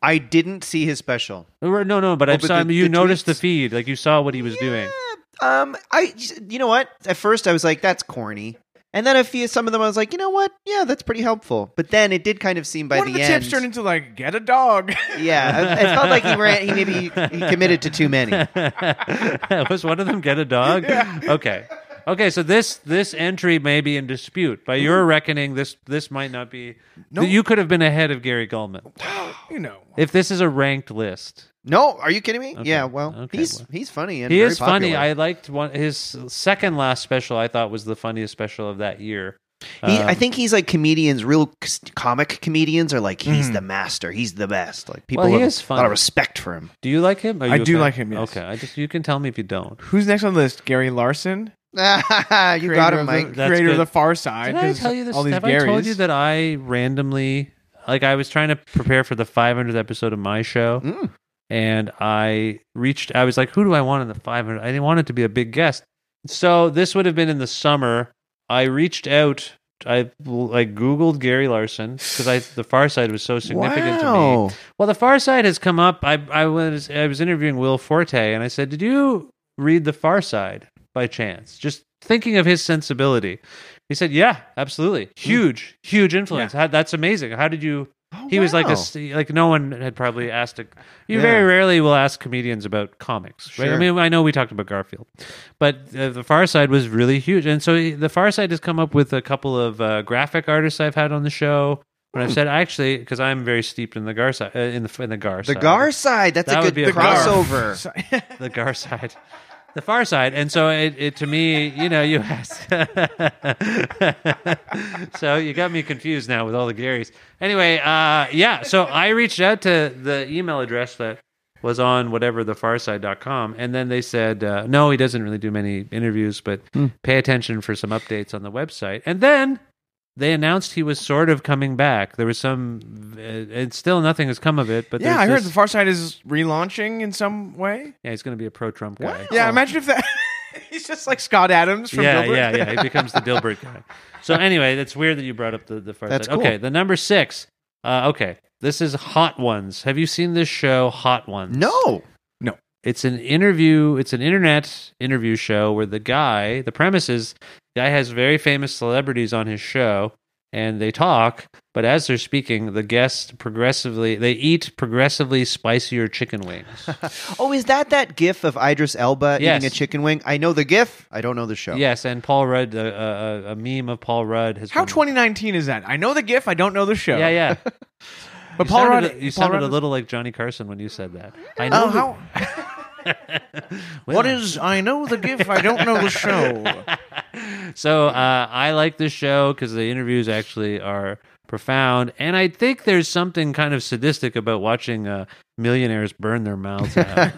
I didn't see his special.
Or- No, no, but I
Oh, but
saw
the-
him. You
the
noticed the
tweets?
feed, like you saw what he was doing.
Yeah, Um, I, you know what? At first, I was like, "That's corny," and then a few, some of them, I was like, "You know what? Yeah, that's pretty helpful." But then it did kind of seem by
One
the,
of the
end,
tips turned into like get a dog.
yeah, it felt like he ran. He maybe he committed to too many.
was one of them get a dog? Okay, okay. So this this entry may be in dispute.
Mm-hmm.
By your reckoning, this this might not be. you could have been ahead of Gary Gulman
you know.
if this is a ranked list.
No, are you kidding me?
Okay,
Yeah, well,
okay,
he's
well.
he's funny and
he
very
is funny.
popular.
I liked one his second last special. I thought was the funniest special of that year.
He, I
Um,
think he's like comedians. Real c- comic comedians are like he's the master. He's the best. Like people
Mm-hmm. Well, he
have
is
a lot
funny.
of respect for him.
Do you like him? Are
I
you a
do
fan?
like him, yes.
Okay, I just you can tell me if you don't.
Who's next on the list? Gary Larson,
you got
creator
him,
of
Mike.
The,
That's
creator
good.
of the Far Side.
Did I
'cause
tell you this?
All these
Have
Garys.
I told you that I randomly, like, I was trying to prepare for the 500th episode of my show,
Mm.
and I reached. I was like, "Who do I want in the 500?" I didn't want it to be a big guest, so this would have been in the summer. I reached out. I like Googled Gary Larson because I the Far Side was so significant to me.
Wow.
Well, the Far Side has come up. I, I was I was interviewing Will Forte, and I said, "Did you read The Far Side by chance?" Just thinking of his sensibility, he said, "Yeah, absolutely,
Hmm.
huge, huge influence. How, that's amazing. How did you?"
Oh,
He was like
wow.
this, like no one had probably asked. A, you
Yeah.
very rarely will ask comedians about comics, right? I
Sure.
mean, I know we talked about Garfield, but uh, the Far Side was really huge, and so he- the Far Side has come up with a couple of uh, graphic artists I've had on the show. When
Hmm.
I've said actually, because I'm very steeped in the Gar side, uh, in the in the Gar
The
side.
Gar side. That's
That
a
would
good
be a Gar.
crossover.
the Gar side, the Far side, and so it, it to me, you know, you asked. so you got me confused now with all the Garys. Anyway, uh, yeah, so I reached out to the email address that was on whatever thefarside.com and then they said uh, no he doesn't really do many interviews but
Hmm.
pay attention for some updates on the website and then they announced he was sort of coming back there was some uh, and still nothing has come of it but
yeah,
there's
I heard
this-
the Far Side is relaunching in some way.
yeah he's going to be a pro trump guy
Yeah, imagine if that. He's just like Scott Adams from
yeah,
Dilbert.
yeah, yeah. He becomes the Dilbert guy. So anyway, that's weird that you brought up the the far
That's
side. Okay, the number six. Uh, okay, this is Hot Ones. Have you seen this show, Hot Ones?
No.
It's an interview. It's an internet interview show where the guy, the premise is, the guy has very famous celebrities on his show, and they talk. But as they're speaking, the guests progressively they eat progressively spicier chicken wings.
Oh, is that that gif of Idris Elba
Yes.
eating a chicken wing? I know the gif. I don't know the show.
Yes, and Paul Rudd, uh, uh, a meme of Paul Rudd has
How
been-
2019 is that? I know the GIF. I don't know the show.
Yeah, yeah.
But
You
Paul
sounded
Rudd.
a- you
Paul
sounded
Rudd
a
is-
little like Johnny Carson when you said that. I
Oh,
know.
how? What is? I know the GIF. I don't know the show.
So uh, I like this show because the interviews actually are profound, and I think there's something kind of sadistic about watching uh, millionaires burn their mouths out.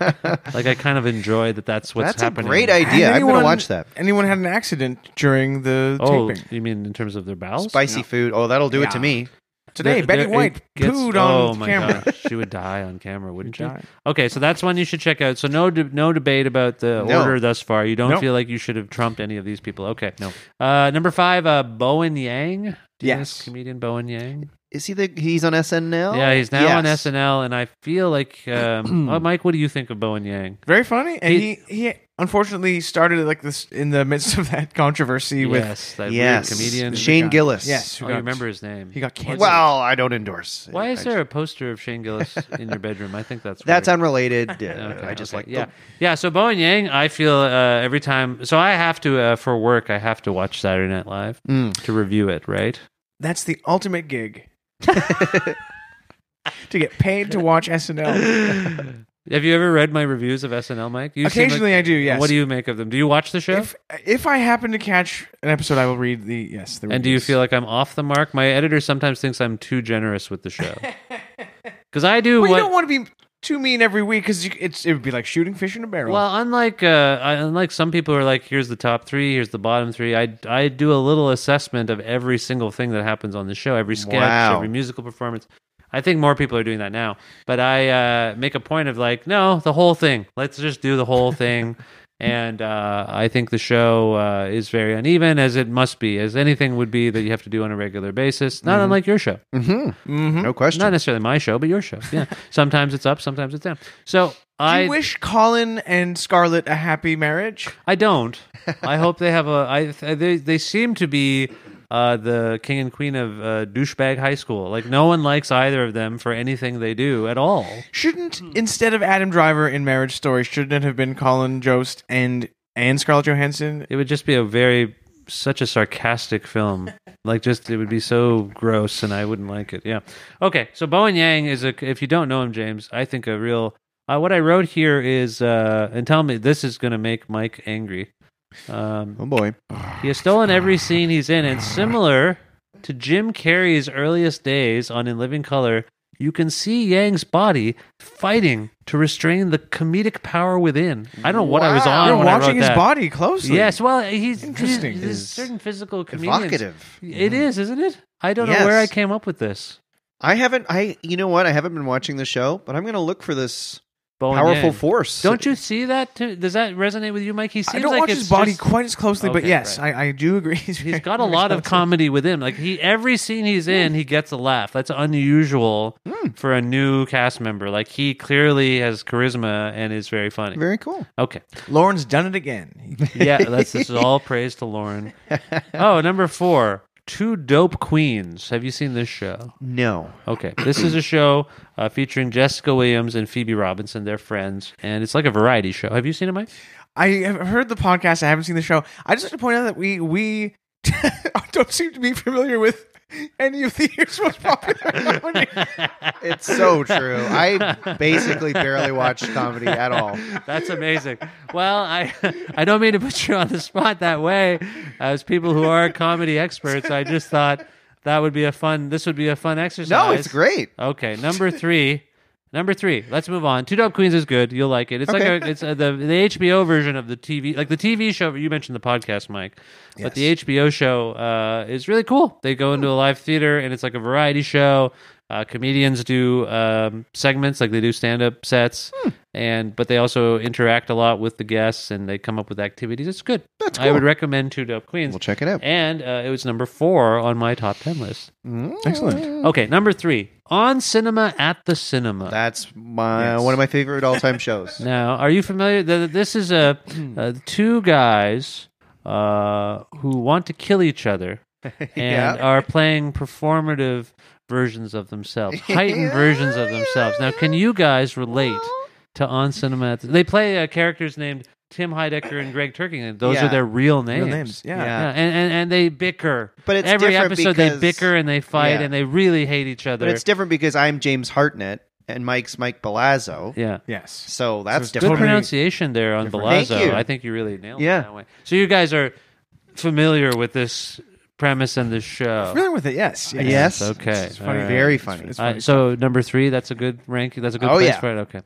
like I kind of enjoy that. That's what's
That's a
happening.
great idea. I'm going to
Anyone-
watch that.
Anyone had an accident during the
Oh,
taping
you mean in terms of their bowels?
Spicy food. Oh, that'll do it to
Yeah.
me.
today?
There-
Betty
there-
White
it gets-
pooed
oh
on
my
camera.
gosh, she would die on camera, wouldn't she?
die.
Okay, so that's one you should check out. So no, de- no debate about the
No.
order thus far. You don't
Nope.
feel like you should have trumped any of these people. Okay, no. Uh, number five, uh, Bowen Yang. Do you know this
Yes. Oh,
comedian Bowen Yang.
Is he the? He's on SNL.
Yeah, he's now
Yes.
on SNL, and I feel like, um, oh, Mike, what do you think of Bowen Yang?
Very funny, and
He-
he, he unfortunately started like this in the midst of that controversy with
yes, that
Yes,
weird comedian.
Shane
guy.
Gillis.
yes. who
Oh, you
got-
remember his name?
he got canceled.
Well, I don't endorse.
Why is
I-
there a poster of Shane Gillis in your bedroom? I think that's
That's
weird.
unrelated. Uh,
Okay,
I just
okay,
like. the-
yeah, yeah. So Bowen Yang, I feel uh, every time. So I have to uh, for work. I have to watch Saturday Night Live
Mm.
to review it. Right?
That's the ultimate gig. to get paid to watch SNL.
Have you ever read my reviews of SNL, Mike? You seem like-
Occasionally, I do. Yes.
What do you make of them? Do you watch the show?
If if I happen to catch an episode, I will read the yes. The
and do you
reviews.
feel like I'm off the mark? My editor sometimes thinks I'm too generous with the show. Because I do
Well,
what
you don't want to be too mean every week because it's it would be like shooting fish in a barrel.
Well, unlike uh, I- unlike some people who are like, here's the top three, here's the bottom three. I I do a little assessment of every single thing that happens on the show, every sketch,
Wow.
every musical performance. I think more people are doing that now, but I uh, make a point of like, no, the whole thing. Let's just do the whole thing. And uh, I think the show uh, is very uneven, as it must be, as anything would be that you have to do on a regular basis. Not
Mm-hmm.
unlike your show.
mm-hmm, No question.
Not necessarily my show, but your show. Yeah. sometimes it's up, sometimes it's down. So
do you
I
wish Colin and Scarlett a happy marriage?
I don't. I hope they have a. I th- they they seem to be uh, the king and queen of uh, douchebag high school. Like no one likes either of them for anything they do at all.
Shouldn't
Hmm.
instead of Adam Driver in Marriage Story, shouldn't it have been Colin Jost and and Scarlett Johansson?
It would just be a very such a sarcastic film. Like just it would be so gross, and I wouldn't like it. Yeah. Okay. So Bowen Yang is a. If you don't know him, James, I think a real. Uh, what I wrote here is, uh, and tell me this is going to make Mike angry. Um,
Oh boy.
He has stolen every scene he's in, and similar to Jim Carrey's earliest days on In Living Color, you can see Yang's body fighting to restrain the comedic power within. I don't know what I was on.
You're
when I wrote
watching his
that.
body closely.
Yes, well, he's
Interesting.
There's
Is
certain physical comedians.
Evocative.
It is, isn't it? I don't know where I
Yes.
came up with this.
I haven't. I. You know what? I haven't been watching the show, but I'm going to look for this
Bowen
powerful
Yang.
force.
Don't you see that? Too? Does that resonate with you, Mike? He seems
I don't
like
watch
it's
his body
just-
quite as closely, but
Okay,
yes,
right.
I, I do agree. He's,
he's
very
got a lot of
responsive.
comedy with him. Like he, every scene he's in, he gets a laugh. That's unusual for a new cast member. Like he clearly has charisma and is very funny.
Very cool.
Okay,
Lauren's done it again.
yeah, that's this is all praise to Lauren. Oh, number four, two dope queens. Have you seen this show?
No.
Okay, this is a show uh, featuring Jessica Williams and Phoebe Robinson. They're friends, and it's like a variety show. Have you seen it, Mike?
I have heard the podcast. I haven't seen the show. I just like to point out that we we don't seem to be familiar with any of the year's most popular comedy.
It's so true. I basically barely watch comedy at all.
That's amazing. Well, I I don't mean to put you on the spot that way. As people who are comedy experts, I just thought that would be a fun. This would be a fun exercise.
No, it's great.
Okay, number three. Number three. Let's move on. Two Dope Queens is good. You'll like it. It's like a, it's uh the the HBO version of the TV, like the TV show. You mentioned the podcast, Mike, but the HBO show uh, is really cool. They go into a live theater and it's like a variety show. Uh, comedians do um, segments, like they do stand up sets,
Hmm.
and but they also interact a lot with the guests and they come up with activities. It's good.
That's
I
cool.
would recommend Two Dope Queens.
We'll check it out.
And uh, it was number four on my top ten list.
Excellent.
Okay, number three on cinema at the cinema.
That's my one of my favorite all time shows.
Now, are you familiar? th- This is a uh, two guys uh, who want to kill each other and
Yeah.
are playing performative versions of themselves, heightened versions of themselves. Now, can you guys relate to on cinema? At the, they play uh, characters named Tim Heidecker and Greg Turkington. Those
Yeah.
are their real names.
Real names. Yeah.
Yeah.
Yeah, and, and, and they bicker.
But it's
every
different
episode
because-
they bicker and they fight
Yeah.
and they really hate each other.
But it's different because I'm James Hartnett and Mike's Mike Palazzo.
yeah.
Yes.
So that's
it's
Good
different.
pronunciation there on
Different. Thank
Belazzo.
you.
I think you really nailed
Yeah.
it that way. So you guys are familiar with this premise and this show.
Familiar with it? Yes. Yes.
Yes.
Okay.
It's
all
funny.
right.
Very funny.
It's
All right, Uh, so number three, that's a good ranking. That's a good
Oh,
place
yeah.
for it. Okay.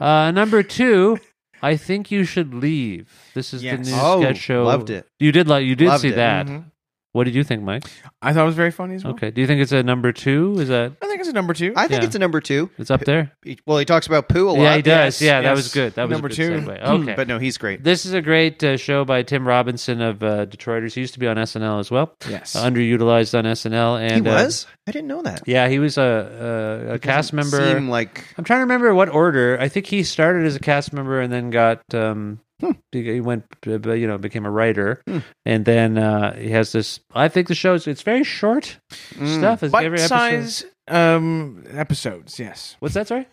Uh, number two, I think you should leave. This is
Yes.
the new
Oh,
sketch show.
loved it.
You did like you did
Loved
see
it. Mm-hmm. Oh.
that. What did you think, Mike?
Mm-hmm. I thought it was very funny as well.
Okay. Uh, Do you think it's a number two? Is that
I think it's a number two.
I think
Yeah.
it's a number two.
it's up there?
He- Well, he talks about poo a lot.
Yeah, he
Yes,
does. yeah, that
yes.
was good. That was
Number
a good
two.
segue. Okay.
But no, he's great.
This is a great uh, show by Tim Robinson of uh, Detroiters. He used to be on SNL as well.
yes.
Uh, underutilized on SNL,
He
and uh,
was? I didn't know that.
yeah, he was a a, a cast member.
Seemed like
I'm trying to remember what order. I think he started as a cast member and then got um,
Hmm.
he went uh, b- you know became a writer, and then uh, he has this. I think the show is it's very short
mm,
stuff. It's every
Hmm. bite
episode-
size um, episodes. Yes.
What's that? Sorry,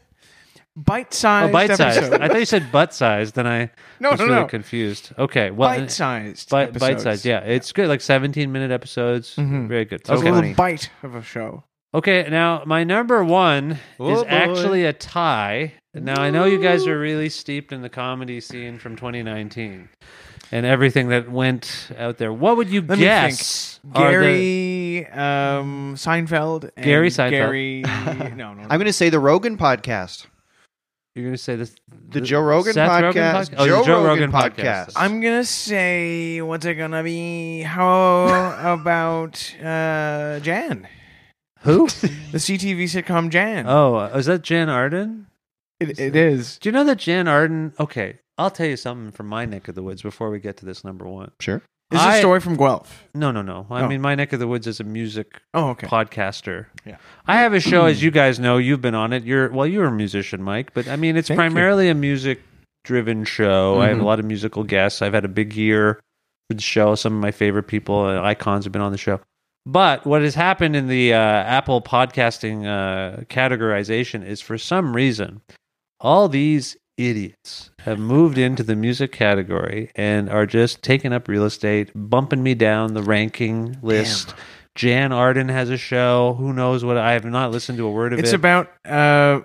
Bite size.
oh, bite size.
Episode.
I thought you said butt size. Then I
No,
was
no,
really
no.
confused. Okay, well,
bite sized.
bite, bite size. Yeah, it's good. Like 17 minute episodes.
Mhm.
Very good.
It's a
Okay.
Mm-hmm. funny.
little bite of a show.
Okay. Now my number one
Oh,
is
boy.
actually a tie. Now I know you guys are really steeped in the comedy scene from 2019 and everything that went out there. What would you
Let me
guess? are
Gary
the-
um, Seinfeld. And
Gary Seinfeld.
Gary. No, no.
I'm going to say the Rogan podcast.
you're going to say this.
The Joe Rogan
Seth
podcast.
podca- Oh,
Joe
the Joe
Rogan
Rogan,
podcast.
podcast.
I'm gonna say what's it gonna be? How about uh, Jan,
who?
the CTV sitcom Jan?
oh, uh, is that Jan Arden?
it, it is.
Do you know that Jan Arden? Okay, I'll tell you something from my neck of the woods before we get to this number one.
Sure.
This is
I-
a story from Guelph.
No, no, no. I
Oh.
mean, my neck of the woods is a music
Oh, okay.
podcaster.
Yeah.
I have a show, as you guys know, you've been on it. You're well, you're a musician, Mike, but I mean, it's
Thank you. Mm-hmm.
primarily a music driven show. I have a lot of musical guests. I've had a big year with the show. Some of my favorite people, uh, icons, have been on the show. But what has happened in the uh, Apple podcasting uh, categorization is, for some reason, all these idiots have moved into the music category and are just taking up real estate, bumping me down the ranking list. Jan Arden has a show. Who knows what? I have not listened to a word of
It's
it.
about uh,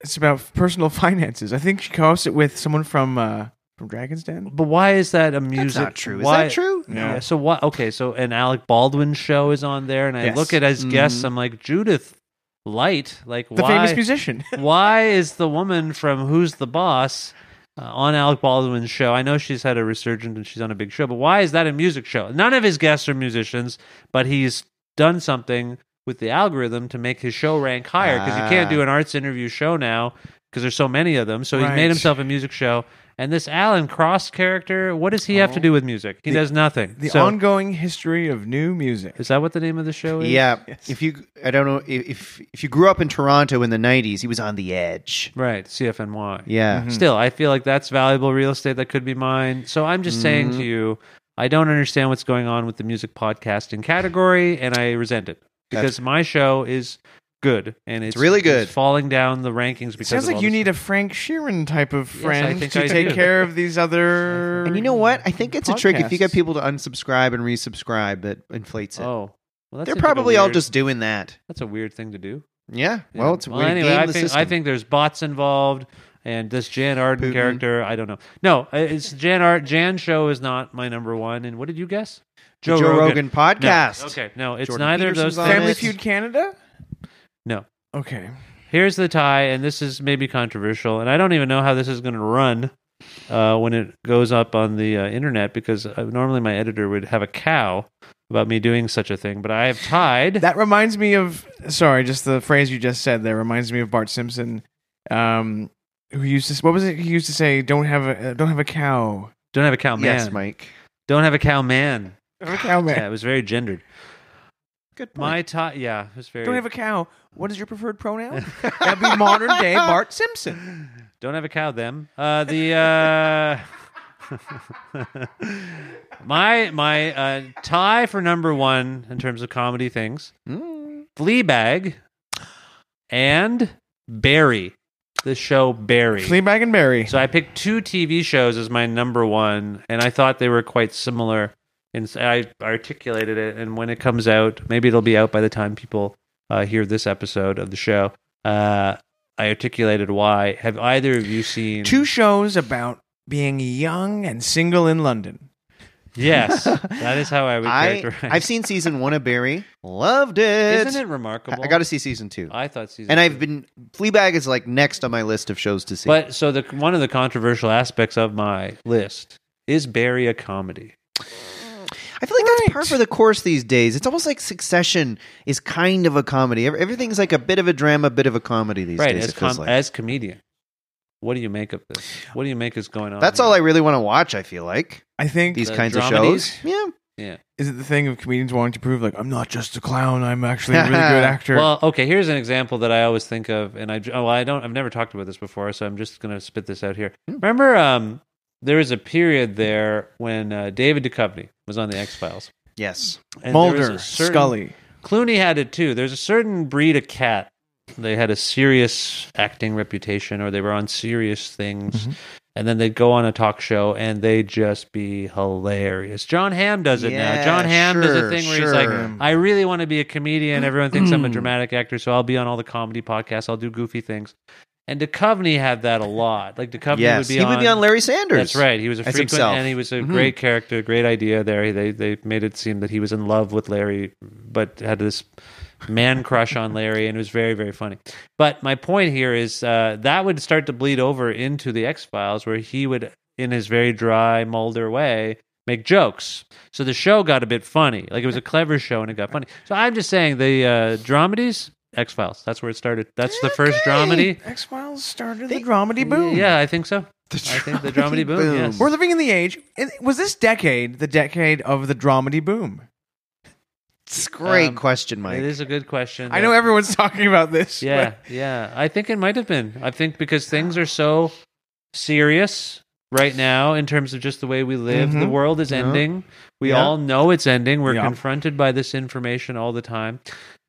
it's about personal finances. I think she co-hosts it with someone from uh, from Dragon's Den.
but why is that a music?
That's not true. Is
why-
that true?
Yeah.
Yeah.
So what? Okay. So an Alec Baldwin show is on there, and I
Yes.
look at as guests.
Mhm.
I'm like Judith Light. Like
The
why?
famous musician.
why is the woman from Who's the Boss uh, on Alec Baldwin's show? I know she's had a resurgence and she's on a big show, but why is that a music show? None of his guests are musicians, but he's done something with the algorithm to make his show rank higher because you can't
Ah.
do an arts interview show now because there's so many of them. So he's
Right.
made himself a music show. And this Alan Cross character, what does he have to do with music? He does nothing.
Oh. the
so,
ongoing history of new music.
is that what the name of the show is?
Yeah. If you, I don't know if if you grew up in Toronto in the '90s, he was on the edge.
Right, CFNY.
Yeah.
Still, I feel like that's valuable real estate that could be mine. So I'm just saying
Mm-hmm.
to you, I don't understand what's going on with the music podcasting category, and I resent it because my show is good and it's,
really good.
it's falling down the rankings because
Sounds
of
like
all
you
this-
need a Frank Sheeran type of
I
friend
think
to
I
take
do.
care of these other.
And you know what? I think it's a trick. If you get
Podcasts.
people to unsubscribe and resubscribe, that inflates it.
Oh, well, that
They're
seems like a
probably all
weird-
just doing that.
That's a weird thing to do.
Yeah. Well, it's a way to
anyway.
game
I
the
think
system.
I think there's bots involved, and this Jan Arden
Putin.
character. I don't know. No, uh, it's Jan Art Jan show is not my number one. And what did you guess?
The Joe, Rogan,
No.
podcast.
Okay, no, it's
Jordan
neither
Peterson's
of
on it.
those things.
Family Feud Canada?
No.
Okay.
here's the tie, and this is maybe controversial, and I don't even know how this is going to run uh, when it goes up on the uh, internet because uh, normally my editor would have a cow about me doing such a thing, but I have tied.
That reminds me of sorry, just the phrase you just said there reminds me of Bart Simpson, um, who used to what was it he used to say? Don't have a uh, don't have a cow.
don't have a cow Oh, man.
Yes, Mike.
Don't have a cow man.
Don't have a cow man.
Yeah, it was very gendered.
Good point.
My tie. Yeah, it was very.
Don't have a cow. What is your preferred pronoun? That'd be modern day Bart Simpson.
Don't have a cow. Them. Uh, the uh, my my uh, tie for number one in terms of comedy things: Fleabag and Barry. The show Barry.
Fleabag and Barry.
So I picked two TV shows as my number one, and I thought they were quite similar. And s- I articulated it. And when it comes out, maybe it'll be out by the time people uh, hear this episode of the show. Uh, I articulated why. Have either of you seen?
Two shows about being young and single in London.
yes, that is how I would
I,
characterize.
I've seen season one of Barry. Loved it.
Isn't it remarkable?
I got to see season two.
I thought season.
and
two.
I've been Fleabag is like next on my list of shows to see.
But so the one of the controversial aspects of my list is Barry a comedy?
I feel like that's
Right.
par for the course these days. It's almost like Succession is kind of a comedy. Ev- Everything's like a bit of a drama, bit of a comedy these
right
days.
as
it feels
com-
like.
as comedian. What do you make of this? What do you make is going on?
that's
here?
all I really want to watch. I feel like
I think
these
The
kinds of
dramedies?
shows. Yeah,
is it the thing of comedians wanting to prove like I'm not just a clown, I'm actually a really good actor.
Well, okay. Here's an example that I always think of, and I oh, well, I don't. I've never talked about this before, so I'm just gonna spit this out here.
Hmm.
Remember, um, there was a period there when uh, David Duchovny was on the X Files.
yes.
Mulder, Scully.
Clooney had it too. There's a certain breed of cat. They had a serious acting reputation, or they were on serious things,
Mm-hmm.
and then they'd go on a talk show and they'd just be hilarious. John Hamm does it now.
Yeah,
John Hamm does a
sure,
thing where he's
sure.
like, "I really want to be a comedian. Everyone thinks I'm a dramatic actor, so I'll be on all the comedy podcasts. I'll do goofy things." And Duchovny had that a lot. Like Duchovny
yes,
would be
he
on.
would be on Larry Sanders.
That's right. He was a
as
frequent,
himself.
and he was a
Mhm.
great character, great idea there. They they made it seem that he was in love with Larry, but had this man crush on Larry, and it was very very funny. But my point here is uh, that would start to bleed over into the X Files, where he would, in his very dry Mulder way. Make jokes, so the show got a bit funny. Like it was a clever show, and it got funny. So I'm just saying the uh, dramedies, X Files. That's where it started. That's the first dramedy.
X Files started the dramedy boom.
Yeah, I think so. I think the dramedy boom.
boom.
Yes.
We're living in the age. and Was this decade the decade of the dramedy boom?
It's a great
Um,
question, Mike.
It is a good question.
I know
that-
everyone's talking about this.
Yeah, yeah. I think it might have been. I think because things are so serious right now in terms of just the way we live. The
Mhm.
world is
Yeah.
ending. We
Yeah.
all know it's ending. We're
Yeah.
confronted by this information all the time.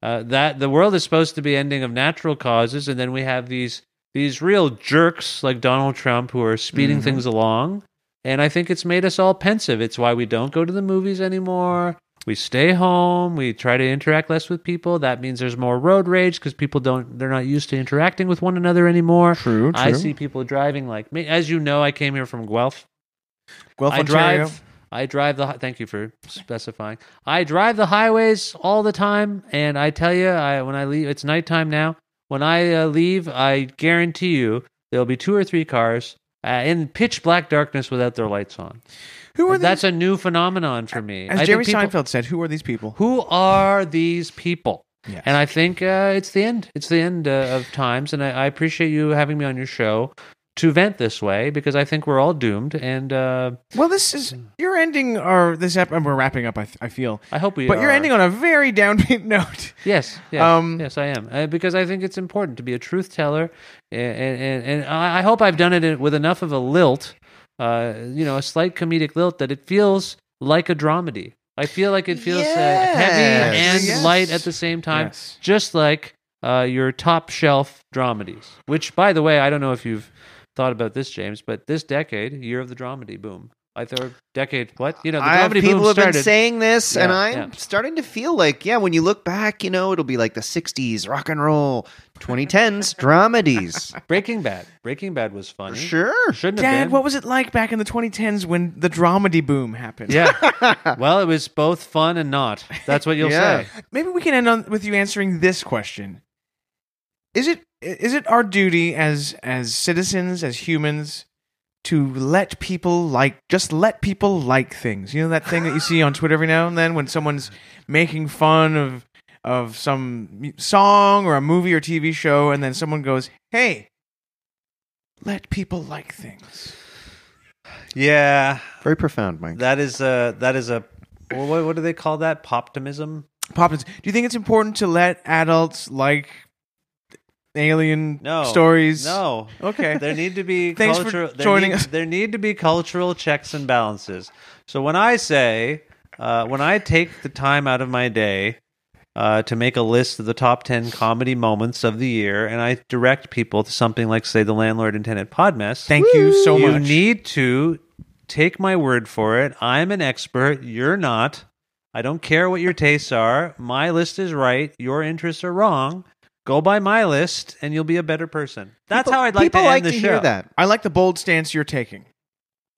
Uh, that the world is supposed to be ending of natural causes, and then we have these these real jerks like Donald Trump who are speeding things along. And I think it's made us all pensive. It's why we don't go to the movies anymore. We stay home. We try to interact less with people. That means there's more road rage because people don't, they're not used to interacting with one another anymore.
True,
I
true.
see people driving like me. As you know, I came here from Guelph.
Guelph,
I
Ontario.
drive. I drive the. hi- Thank you for specifying. I drive the highways all the time, and I tell you, I when I leave, it's nighttime now. When I uh, leave, I guarantee you there'll be two or three cars uh, in pitch black darkness without their lights on.
Who are
That's
these?
a new phenomenon for me. I
As
think
Jerry
people-
Seinfeld said, who are these people?
Who are these people?
Yes.
And I think uh, it's the end. It's the end uh, of times, and I, I appreciate you having me on your show to vent this way because I think we're all doomed, and uh,
Well, this is you're ending our this ep- and we're wrapping up. I, th- I feel,
I hope we.
but you're
are-
ending on a very downbeat note.
Yes, yes,
Um,
yes, I am uh, because I think it's important to be a truth teller, and and, and I I hope I've done it with enough of a lilt, uh, you know, a slight comedic lilt that it feels like a dramedy. I feel like it feels uh, heavy
Yes.
and
Yes.
light at the same time,
Yes.
just like uh, your top shelf dramedies. Which, by the way, I don't know if you've thought about this, James, but this decade, year of the dramedy boom. I thought decade. What you know, the
I have
dramedy
people
boom
have
started.
been saying this, and
Yeah,
I'm
yeah.
starting to feel like, yeah, when you look back, you know, it'll be like the '60s rock and roll, 2010s dramedies.
Breaking Bad. Breaking Bad was funny.
Sure.
Shouldn't have
Dad,
been.
what was it like back in the 2010s when the dramedy boom happened?
Yeah. well, it was both fun and not. That's what you'll
Yeah.
say.
Maybe we can end on with you answering this question. is it is it our duty as as citizens as humans to let people like just let people like things you know that thing that you see on twitter every now and then when someone's making fun of of some mu- song or a movie or tv show and then someone goes hey let people like things
Yeah,
Very profound, Mike.
that is a that is a what, what do they call that? Poptimism.
Poppins, do you think it's important to let adults like alien
No
stories?
No.
Okay.
There need to be
Thanks for
cultural, there
joining
need-
us.
There need to be cultural checks and balances. So when I say, uh, when I take the time out of my day uh, to make a list of the top ten comedy moments of the year, and I direct people to something like, say, the landlord and tenant podmess.
Thank you so
you
much.
need to take my word for it. I'm an expert. You're not. I don't care what your tastes are. My list is right. Your interests are wrong. Go by my list, and you'll be a better person. That's how I'd like
people
to end
like
the
to
show.
hear that.
I like the bold stance you're taking.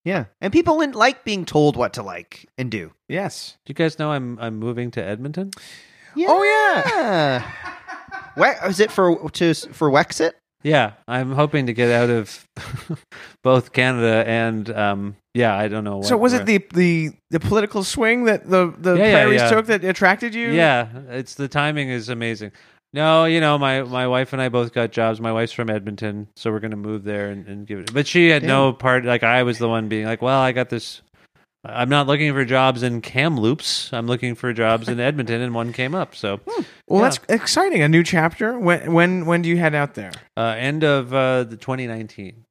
Yeah, and people didn't like being told what to like and do.
Yes.
Do you guys know I'm I'm moving to Edmonton?
Yeah.
Oh, yeah.
Where, is it for to for Wexit?
Yeah, I'm hoping to get out of both Canada and um, yeah, I don't know. What,
So was it
where-
the the the political swing that the the
Yeah, yeah,
prairies
yeah.
took that attracted you?
Yeah, it's the timing is amazing. No, you know my my wife and I both got jobs. My wife's from Edmonton, so we're gonna move there and, and give it. But she had no part. Like I was the one being like, well, I got this. I'm not looking for jobs in Kamloops. I'm looking for jobs in Edmonton, and one came up. So
Hmm.
Well,
Yeah.
that's exciting. A new chapter. When when when do you head out there?
uh, end of uh, the 2019.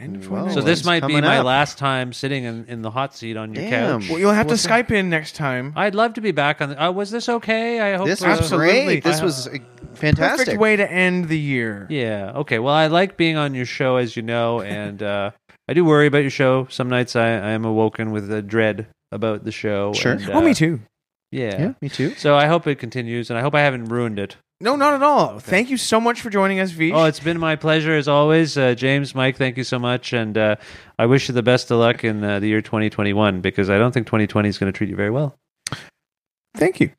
End of
Whoa.
2019.
so this
it's
might be
coming
my
up.
last time sitting in, in the hot seat on your
Damn.
couch.
well, you'll have to
What's
Skype in next time.
I'd love to be back on. The, uh, was this okay? I hope
This
uh,
was
Absolutely.
great. This
I-
was uh,
Perfect
fantastic.
way to end the year.
Yeah. Okay. Well, I like being on your show, as you know, and uh, I do worry about your show. Some nights I, I am awoken with a dread about the show.
Sure.
and,
Oh,
uh,
me too.
Yeah.
Yeah, me too.
So I hope it continues, and I hope I haven't ruined it.
No, not at all. Thank you so much for joining us, Vish.
Oh, it's been my pleasure as always, uh, James, Mike. Thank you so much, and uh, I wish you the best of luck in uh, the year 2021 because I don't think 2020 is going to treat you very well.
Thank you.